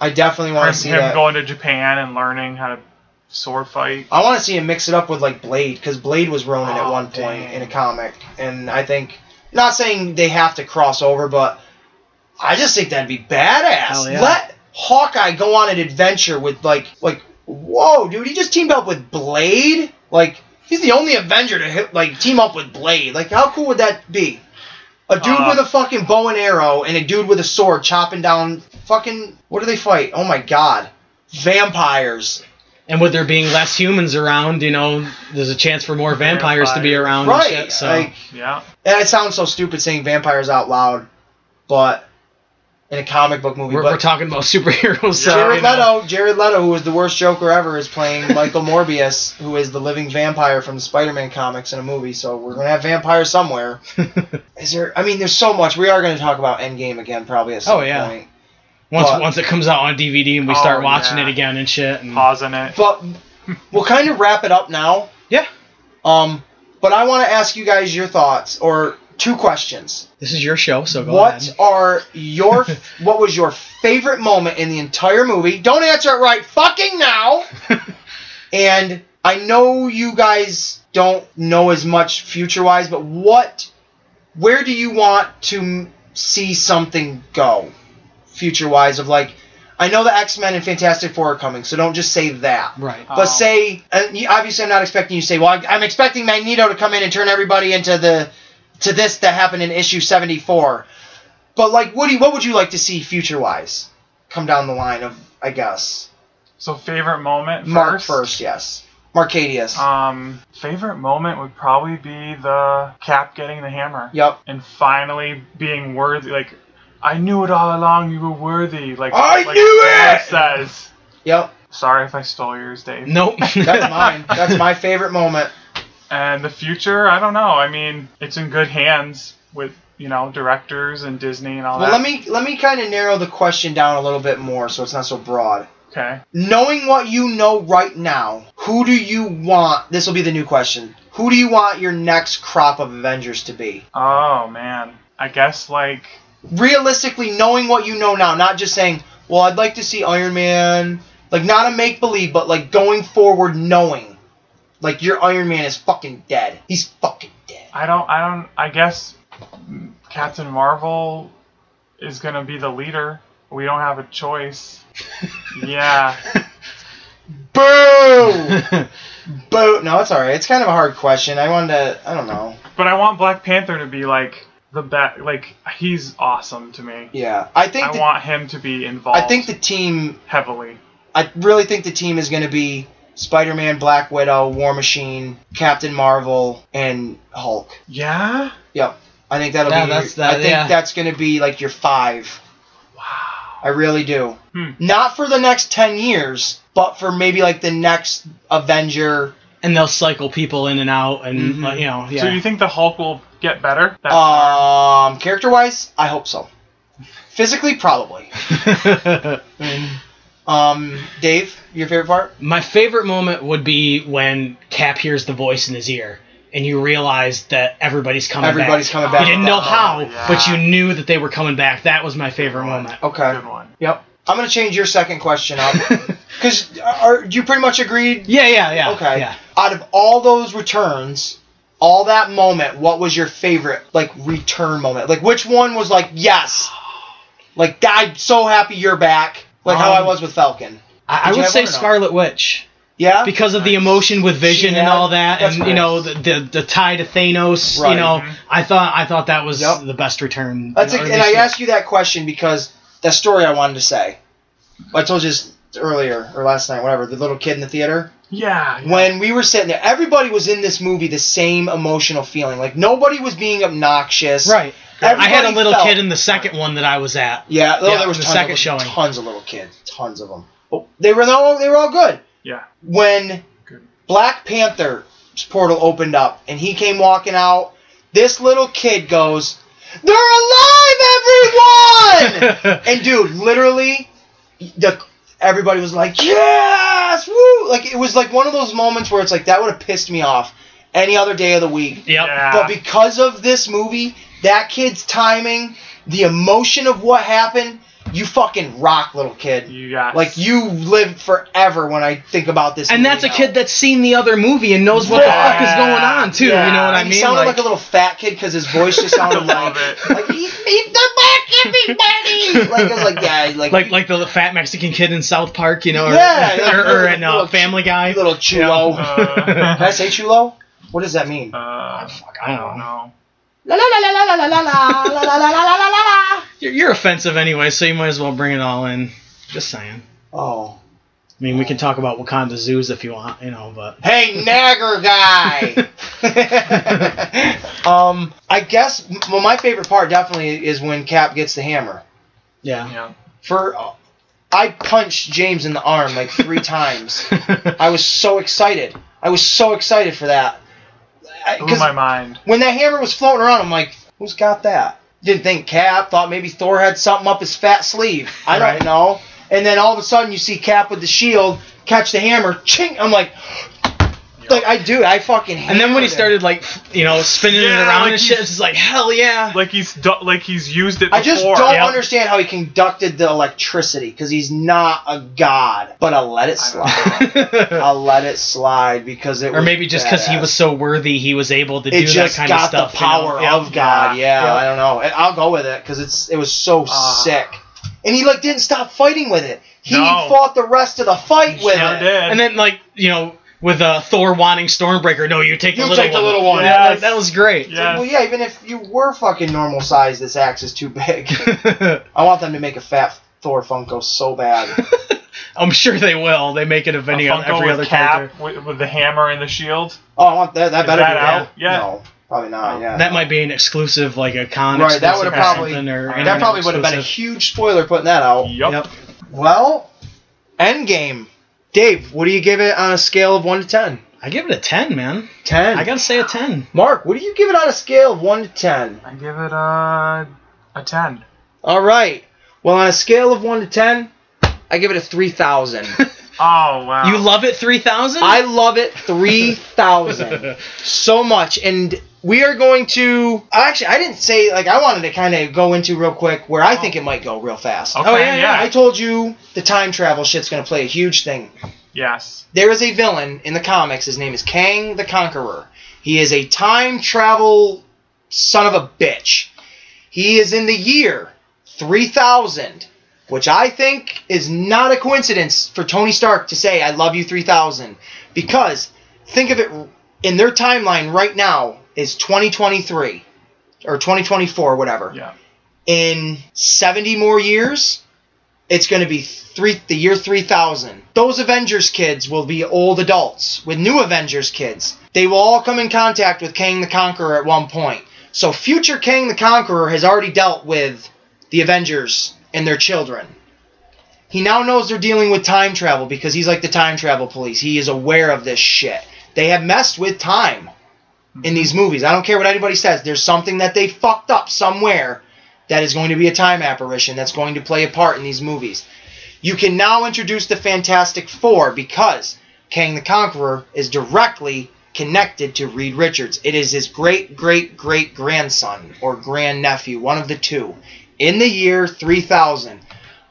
S2: I definitely
S4: Or
S2: want to see
S4: him
S2: that.
S4: going to Japan and learning how to sword fight.
S2: I want to see him mix it up with like Blade because Blade was Ronin at
S4: Oh,
S2: one point
S4: dang.
S2: in a comic, and I think not saying they have to cross over, but I just think that'd be badass.
S3: Hell yeah.
S2: Let Hawkeye go on an adventure with like like whoa, dude, he just teamed up with Blade. Like he's the only Avenger to hit, like team up with Blade. Like how cool would that be? A dude
S4: Uh.
S2: with a fucking bow and arrow and a dude with a sword chopping down fucking what do they fight? Oh my god. Vampires.
S3: And with there being less humans around, you know, there's a chance for more vampires, to be
S4: Vampires.
S3: around.
S2: Right.
S3: And shit, so
S2: Like,
S4: Yeah.
S2: and it sounds so stupid saying vampires out loud, but in a comic book movie,
S3: we're,
S2: but
S3: we're talking about superheroes. So,
S4: Yeah,
S2: Jared
S4: you
S3: you know.
S2: Leto, Jared Leto, who was the worst Joker ever, is playing Michael Morbius, who is the living vampire from the Spider-Man comics in a movie. So we're gonna have vampires somewhere. Is there? I mean, there's so much. We are gonna talk about Endgame again, probably at some
S3: Oh, yeah.
S2: point.
S3: once
S2: But-
S3: once it comes out on DVD and we
S4: Oh,
S3: start watching
S4: yeah.
S3: it again and shit. And,
S4: Pausing it.
S2: But we'll kind of wrap it up now.
S3: yeah,
S2: Um, but I want to ask you guys your thoughts or two questions.
S3: this is your show, so go
S2: What
S3: ahead.
S2: are your what was your favorite moment in the entire movie? Don't answer it right fucking now. and I know you guys don't know as much future wise, but what where do you want to m- see something go future wise of like I know the X-Men and Fantastic Four are coming, so don't just say that.
S3: Right.
S2: But
S4: Oh.
S2: say, and you- obviously, I'm not expecting you to say, "Well, I- I'm expecting Magneto to come in and turn everybody into the to this that happened in issue 74." But like, what do you, what would you like to see future wise come down the line of, I guess,
S4: So favorite moment
S2: Mark
S4: first.
S2: first, yes. Marcadius.
S4: Um, favorite moment would probably be the Cap getting the hammer.
S2: yep.
S4: And finally being worthy. Like, I knew it all along. You were worthy. Like
S2: I
S4: like
S2: knew
S4: Thor
S2: it!
S4: Says.
S2: Yep.
S4: Sorry if I stole yours, Dave.
S3: Nope.
S2: That's mine. That's my favorite moment.
S4: And the future, I don't know. I mean, it's in good hands with you know directors and Disney and all
S2: Well,
S4: that.
S2: let me let me kind of narrow the question down a little bit more so it's not so broad.
S4: Okay.
S2: Knowing what you know right now, who do you want? This will be the new question. Who do you want your next crop of Avengers to be?
S4: Oh man. I guess like
S2: Realistically, knowing what you know now, not just saying, "Well, I'd like to see Iron Man," like not a make believe, but like going forward, knowing, like your Iron Man is fucking dead. He's fucking dead.
S4: I don't. I don't. I guess Captain Marvel is gonna be the leader. We don't have a choice. yeah.
S2: Boo! Boo! No, it's all right. It's kind of a hard question. I wanted to. I don't know.
S4: But I want Black Panther to be like the back. Like he's awesome to me.
S2: Yeah, I think.
S4: I
S2: the-
S4: want him to be involved.
S2: I think the team
S4: heavily.
S2: I really think the team is going to be Spider Man, Black Widow, War Machine, Captain Marvel, and Hulk.
S4: Yeah.
S2: Yep. I think that'll
S3: Yeah,
S2: be.
S3: that's- that-
S2: I think
S3: yeah.
S2: that's going to be like your five.
S4: Wow.
S2: I really do.
S4: Hmm.
S2: Not for the next ten years, but for maybe like the next Avenger.
S3: and they'll cycle people in and out, and
S2: Mhm.
S3: like, you know, yeah.
S4: So you think the Hulk will get better? That's
S2: Um, character wise, I hope so. Physically, probably. Um, Dave, your favorite part?
S3: My favorite moment would be when Cap hears the voice in his ear, and you realize that everybody's coming.
S2: Everybody's
S3: back.
S2: coming back. Oh,
S3: You didn't
S2: at
S3: know
S2: that
S3: how,
S2: moment.
S4: yeah.
S3: but you knew that they were coming back. That was my favorite moment.
S4: a
S2: Okay.
S4: good one.
S2: Yep. I'm gonna change your second question up because you pretty much agreed
S3: Yeah, yeah, yeah.
S2: Okay.
S3: Yeah.
S2: Out of all those returns, all that moment, what was your favorite like return moment? Like which one was like yes, like I'm so happy you're back. Like how I
S3: Um,
S2: was with Falcon. Did
S3: I, I
S2: you
S3: would
S2: have
S3: say
S2: one or no?
S3: Scarlet Witch
S2: Yeah.
S3: because of the
S4: Nice.
S3: emotion with Vision
S2: She had-
S3: and all that,
S2: that's
S3: and you know the,
S2: nice.
S3: the the tie to Thanos.
S2: Right. Mm-hmm.
S3: You know,
S4: Mhm.
S3: I thought I thought that was
S2: Yep.
S3: the best return.
S2: That's
S3: you
S2: a,
S3: know, or
S2: and
S3: at
S2: I
S3: least-
S2: asked you that question because that story I wanted to say. I told you this earlier or last night, whatever. The little kid in the theater.
S4: Yeah. yeah.
S2: when we were sitting there, everybody was in this movie the same emotional feeling. Like nobody was being obnoxious.
S3: Right. I had a
S2: Everybody
S3: little
S2: felt-
S3: kid in the second one that I was at.
S2: Yeah, though
S3: Yeah,
S2: there was
S3: the
S2: tons
S3: second
S2: of,
S3: showing.
S2: tons of little kids, tons of them. But they were all they were all good.
S4: Yeah.
S2: When
S4: Good.
S2: Black Panther's portal opened up and he came walking out, this little kid goes, "They're alive, everyone!" and dude, literally, the everybody was like, "Yes, woo!" Like it was like one of those moments where it's like that would have pissed me off any other day of the week.
S3: Yep.
S4: Yeah.
S2: But because of this movie, that kid's timing, the emotion of what happened, you fucking rock, little kid.
S4: you got
S2: Like you lived forever when I think about this.
S3: And
S2: movie
S3: that's a
S2: now.
S3: kid that's seen the other movie and knows what
S2: Yeah.
S3: the fuck is going on too. You know what I
S2: And
S3: mean?
S2: Ah. He sounded like, a little fat kid because his voice just
S4: I
S2: sounded
S4: love
S2: like,
S4: it.
S2: like eat, eat the back, everybody. Like I was like, yeah, like
S3: like like the fat Mexican kid in South Park, you know, or
S2: Yeah, like
S3: or, or
S2: little-
S3: in uh,
S2: little-
S3: Family Guy.
S2: You little chulo.
S4: Uh,
S2: Can I say chulo? What does that mean?
S4: uh,
S3: Fuck,
S4: I don't know.
S2: La la la la la la la la la la la la la la la la.
S3: You're, you're offensive anyway, so you might as well bring it all in. Just saying.
S2: Oh.
S3: I mean, we can talk about Wakanda zoos if you want, you know, but
S2: Hey, nagger guy. um, I guess m- well, my favorite part definitely is when Cap gets the hammer.
S3: yeah.
S4: Yeah.
S2: For I punched James in the arm like three times. I was so excited. I was so excited for that. I-
S4: Blew Oh my mind.
S2: when that hammer was floating around, I'm like, who's got that? Didn't think Cap. Thought maybe Thor had something up his fat sleeve. I don't
S3: Right.
S2: know. And then all of a sudden, you see Cap with the shield catch the hammer. Ching! I'm like, like I do. I fucking.
S3: and then when he
S2: hammered him.
S3: started like, f- you know, spinning
S4: Yeah,
S3: it around
S4: like
S3: and
S4: he's-
S3: shit, it's just like hell yeah.
S4: Like he's du- like he's used it. Before.
S2: I just don't
S3: yeah.
S2: understand how he conducted the electricity because he's not a god. But I'll let it
S4: I don't
S2: slide. I'll let it slide because it.
S3: or
S2: was
S3: maybe just because he
S2: badass.
S3: was so worthy, he was able to
S2: It
S3: do
S2: just
S3: that kind
S2: got
S3: of stuff.
S2: the
S3: you know?
S2: power
S3: Yeah.
S2: of God. Yeah,
S3: Yeah.
S2: I don't know. And I'll go with it because it's it was so
S4: Ah.
S2: sick, and he like didn't stop fighting with it. He
S4: No.
S2: fought the rest of the fight with
S4: sure
S2: it.
S4: did.
S3: And then like you know, with uh, Thor wanting Stormbreaker, no, you take the
S2: You
S3: little
S2: take the
S3: one.
S2: little one.
S3: Yeah,
S4: Yes.
S3: like, that was great.
S2: It's like,
S4: Yes.
S2: well, yeah, even if you were fucking normal size, this axe is too big. I want them to make a fat Thor Funko so bad.
S3: I'm sure they will. They make it of any
S4: a Funko
S3: every
S4: with
S3: other character.
S4: cap with, with the hammer and the shield.
S2: Oh, I want that. That
S4: Is
S2: better
S4: that
S2: be
S4: out
S2: that.
S4: yet?
S2: No, probably not. Yeah.
S3: Oh, That might be an exclusive, like a con.
S2: Right, that
S3: exclusive
S2: would've
S3: or
S2: probably-
S3: something, or
S2: that
S3: internet
S2: probably would have been a
S3: exclusive.
S2: huge spoiler putting that out.
S4: Yup.
S3: Yep.
S2: Well, Endgame. Dave, what do you give it on a scale of 1 to 10?
S3: I give it a ten, man.
S2: 10.
S3: I gotta say a ten.
S2: Mark, what do you give it on a scale of 1 to 10?
S4: I give it a a ten.
S2: All right. Well, on a scale of 1 to 10, I give it a 3,000.
S4: Oh wow.
S3: You love it three thousand.
S2: I love it 3,000 so much. And we are going to. Actually, I didn't say, like, I wanted to kind of go into real quick where I think it might go real fast.
S4: Okay,
S3: Oh, yeah, yeah,
S2: I told you the time travel shit's going to play a huge thing.
S4: yes.
S2: There is a villain in the comics. His name is Kang the Conqueror. He is a time travel son of a bitch. He is in the year 3000, which I think is not a coincidence for Tony Stark to say, I love you 3000. Because think of it in their timeline right now is 2023 or 2024, whatever.
S4: Yeah.
S2: In 70 more years, it's going to be three the year 3000 those avengers kids will be old adults with new avengers kids they will all come in contact with kang the conqueror at one point so future kang the conqueror has already dealt with the avengers and their children he now knows they're dealing with time travel because he's like the time travel police he is aware of this shit they have messed with time in these movies i don't care what anybody says there's something that they fucked up somewhere that is going to be a time apparition that's going to play a part in these movies. You can now introduce the Fantastic Four because Kang the Conqueror is directly connected to Reed Richards. It is his great great great grandson or grandnephew, one of the two, in the year 3000.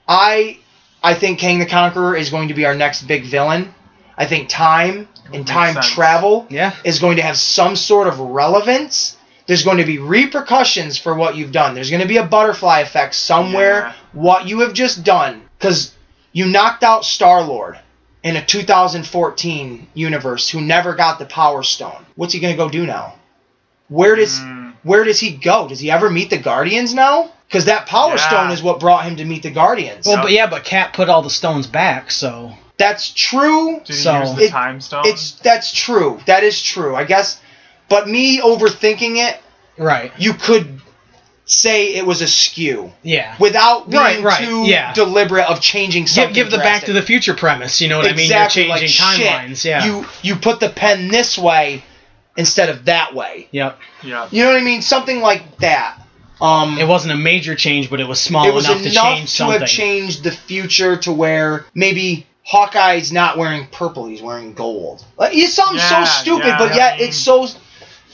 S2: I I think Kang the Conqueror is going to be our next big villain. I think time and
S4: makes
S2: time
S4: sense.
S2: travel
S3: yeah.
S2: is going to have some sort of relevance. There's going to be repercussions for what you've done. There's going to be a butterfly effect somewhere,
S4: Yeah.
S2: what you have just done. Because you knocked out Star Lord in a 2014 universe who never got the Power Stone. What's he going to go do now? Where does.
S4: Mm,
S2: Where does he go? Does he ever meet the Guardians now? Because that Power
S4: Yeah.
S2: Stone is what brought him to meet the Guardians.
S3: Well, but yeah, but Cap put all the stones back, so
S2: That's true.
S4: did he
S3: So,
S4: use the
S2: it-
S4: time stone?
S2: It's that's true. That is true. I guess, but me overthinking it
S3: right.
S2: you could say it was a skew
S3: Yeah.
S2: without being
S3: Right, right,
S2: too
S3: yeah.
S2: deliberate of changing
S3: Give,
S2: something.
S3: give the Back to the Future premise. You know what
S2: exactly
S3: I mean? You're
S2: like,
S3: changing
S2: shit,
S3: timelines. Yeah.
S2: You you put the pen this way instead of that way.
S3: yep.
S4: yeah.
S2: You know what I mean? Something like that. Um,
S3: It wasn't a major change, but it was small
S2: it was
S3: enough, to change something.
S2: have changed the future to where maybe Hawkeye's not wearing purple; he's wearing gold. Like, it sounds
S4: Yeah,
S2: so stupid,
S4: yeah,
S2: but
S4: I
S2: yet
S4: mean,
S2: it's so.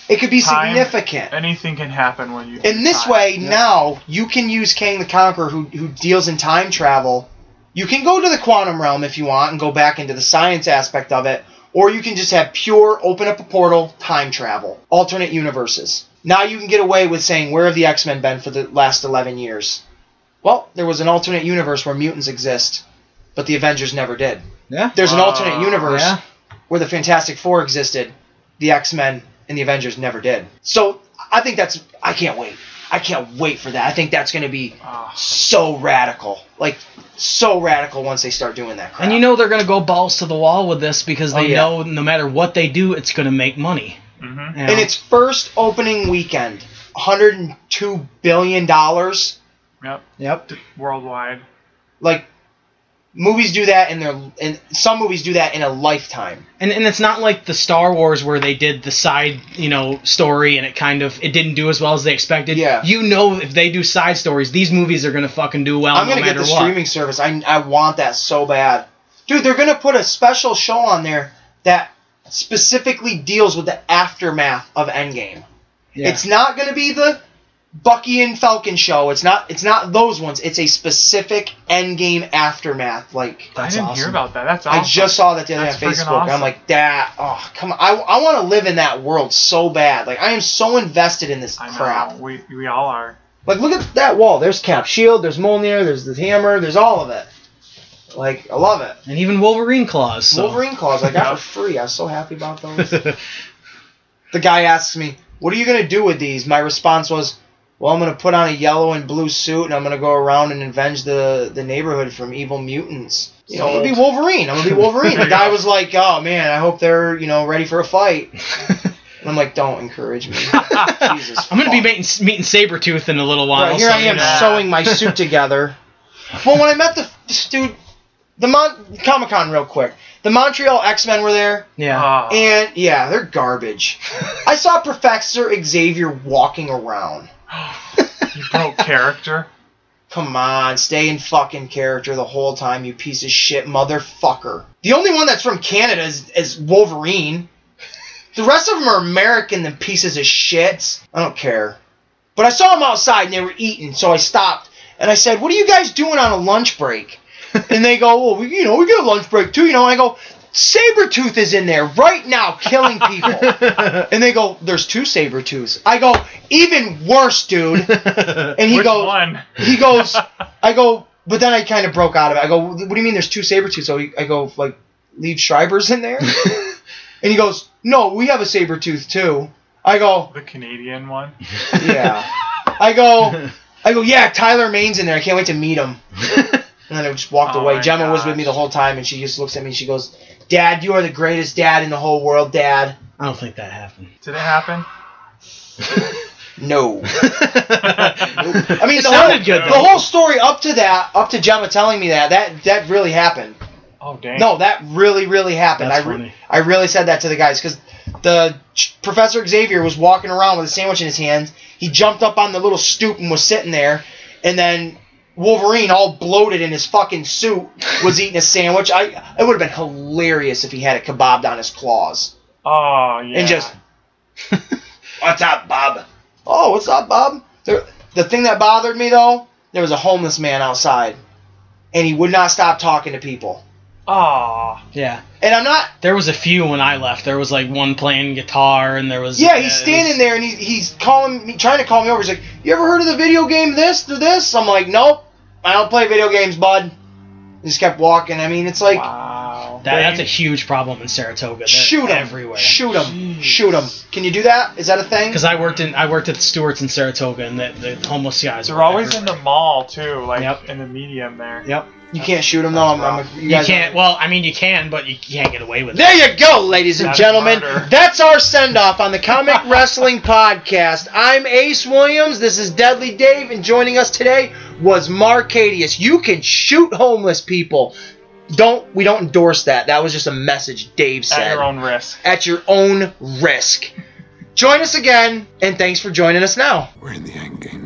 S2: It could be
S4: time-
S2: significant.
S4: Anything can happen when you.
S2: In this
S4: time.
S2: way,
S3: yeah.
S2: now you can use Kang the Conqueror, who who deals in time travel. You can go to the quantum realm if you want and go back into the science aspect of it, or you can just have pure open up a portal, time travel, alternate universes. Now you can get away with saying, "Where have the X Men been for the last eleven years?" Well, there was an alternate universe where mutants exist, but the Avengers never did.
S3: yeah.
S2: There's an
S4: Wow.
S2: alternate universe
S3: Yeah.
S2: where the Fantastic Four existed, the X Men and the Avengers never did. So I think that's I can't wait. I can't wait for that. I think that's going to be
S4: Ah,
S2: so radical, like so radical once they start doing that. Crap.
S3: And you know they're gonna go balls to the wall with this because they
S2: Oh, yeah.
S3: know no matter what they do, it's gonna make money.
S4: mhm.
S3: You know?
S2: in its first opening weekend, 102 billion dollars.
S4: Yep.
S3: yep.
S4: Worldwide.
S2: Like movies do that in their, and some movies do that in a lifetime.
S3: And and it's not like the Star Wars where they did the side you know story and it kind of it didn't do as well as they expected.
S2: Yeah.
S3: You know if they do side stories, these movies are gonna fucking do well.
S2: I'm
S3: no
S2: gonna get
S3: matter
S2: the
S3: what.
S2: streaming service. I I want that so bad, dude. They're gonna put a special show on there that specifically deals with the aftermath of Endgame.
S3: Yeah.
S2: It's not gonna be the Bucky and Falcon show. It's not. It's not those ones. It's a specific Endgame aftermath. Like
S3: That's
S4: I didn't
S3: awesome.
S4: hear about that. That's awesome.
S2: I just saw that the other
S4: That's
S2: day on
S4: friggin'
S2: Facebook. I'm
S4: awesome.
S2: like, that. Oh, come on. I, I want to live in that world so bad. Like I am so invested in this
S4: I know.
S2: crap.
S4: We we all are.
S2: Like, look at that wall. There's Cap Shield, there's Mjolnir, there's the hammer, there's all of it. Like, I love it.
S3: and even Wolverine claws. So.
S2: Wolverine claws I got for free. I was so happy about those. the guy asks me, What are you going to do with these? My response was, well, I'm gonna put on a yellow and blue suit and I'm gonna go around and avenge the the neighborhood from evil mutants. You know, I'm gonna be Wolverine. I'm gonna be Wolverine. the guy was like, oh man, I hope they're you know ready for a fight. And I'm like, don't encourage me. Jesus.
S3: I'm gonna
S2: fuck.
S3: be meeting, meeting Sabretooth in a little while.
S2: Right, here
S3: so,
S2: I
S3: you
S2: am
S3: know.
S2: sewing my suit together. well, when I met the this dude, the Mon- Comic Con, real quick, the Montreal X Men were there,
S3: Yeah.
S4: Ah.
S2: and yeah, they're garbage. I saw Professor Xavier walking around.
S4: you broke character.
S2: Come on, stay in fucking character the whole time, you piece of shit motherfucker. The only one that's from Canada is, is Wolverine. The rest of them are American than pieces of shit. I don't care. But I saw them outside and they were eating, so I stopped and I said, What are you guys doing on a lunch break? And they go, Well, we, you know, we get a lunch break too, you know. And I go, Sabretooth is in there right now killing people. and they go, There's two Sabretooths. I go, Even worse, dude. And he
S4: Which
S2: goes,
S4: one?
S2: he goes, I go, but then I kind of broke out of it. I go, what do you mean there's two saber tooths? So he- I go, like, leave Schreiber's in there? and he goes, no, we have a saber tooth too. I go,
S4: The Canadian one.
S2: yeah. I go, I go, yeah, Tyler Maine's in there. I can't wait to meet him. And then I just walked
S4: Oh
S2: away.
S4: my
S2: Gemma was with me the
S4: gosh.
S2: whole time, and she just looks at me. and She goes, "Dad, you are the greatest dad in the whole world, Dad."
S3: I don't think that happened.
S4: Did it happen?
S2: No.
S3: I
S2: I mean,
S3: it
S2: the
S3: sounded
S2: whole,
S3: good.
S2: The
S3: though.
S2: whole story up to that, up to Gemma telling me that, that that really happened.
S4: Oh dang.
S2: No, that really, really happened.
S3: That's
S2: I, re-
S3: funny.
S2: I really said that to the guys because the ch- Professor Xavier was walking around with a sandwich in his hand. He jumped up on the little stoop and was sitting there, and then Wolverine, all bloated in his fucking suit, was eating a sandwich. I it would have been hilarious if he had it kebabbed on his claws
S4: Oh yeah.
S2: and just, what's up, Bob? Oh, what's up, Bob? There, the thing that bothered me though, there was a homeless man outside, and he would not stop talking to people.
S4: Oh.
S3: yeah.
S2: And I'm not
S3: There was a few when I left. There was like one playing guitar, and there was
S2: Yeah, he's
S3: it
S2: standing
S3: was-
S2: there and he, he's calling me, trying to call me over. He's like, "You ever heard of the video game this or this?" I'm like, "Nope, I don't play video games, bud." Just kept walking. I mean, it's like
S4: Wow.
S3: That, that's a huge problem in Saratoga. They're
S2: shoot him
S3: everywhere.
S2: shoot him,
S4: Jeez.
S2: shoot him. Can you do that? Is that a thing?
S3: Because I worked in I worked at Stewart's in Saratoga, and the, the homeless guys
S4: They're
S3: were
S4: always in
S3: everywhere.
S4: the mall too, like
S3: Yep.
S4: in the medium there.
S3: Yep.
S2: You can't shoot him though. I'm, I'm a,
S3: You,
S2: guys
S3: can't.
S2: are-
S3: Well, I mean, you can, but you can't get away with it.
S2: There you go, ladies and
S4: That's
S2: gentlemen.
S4: murder.
S2: That's our send off on the Comic Wrestling Podcast. I'm Ace Williams. This is Deadly Dave, and joining us today was Marcadius. You can shoot homeless people. Don't we don't endorse that. That was just a message Dave
S4: At
S2: said.
S4: your own risk.
S2: At your own risk. Join us again, and thanks for joining us now.
S1: We're in the end game.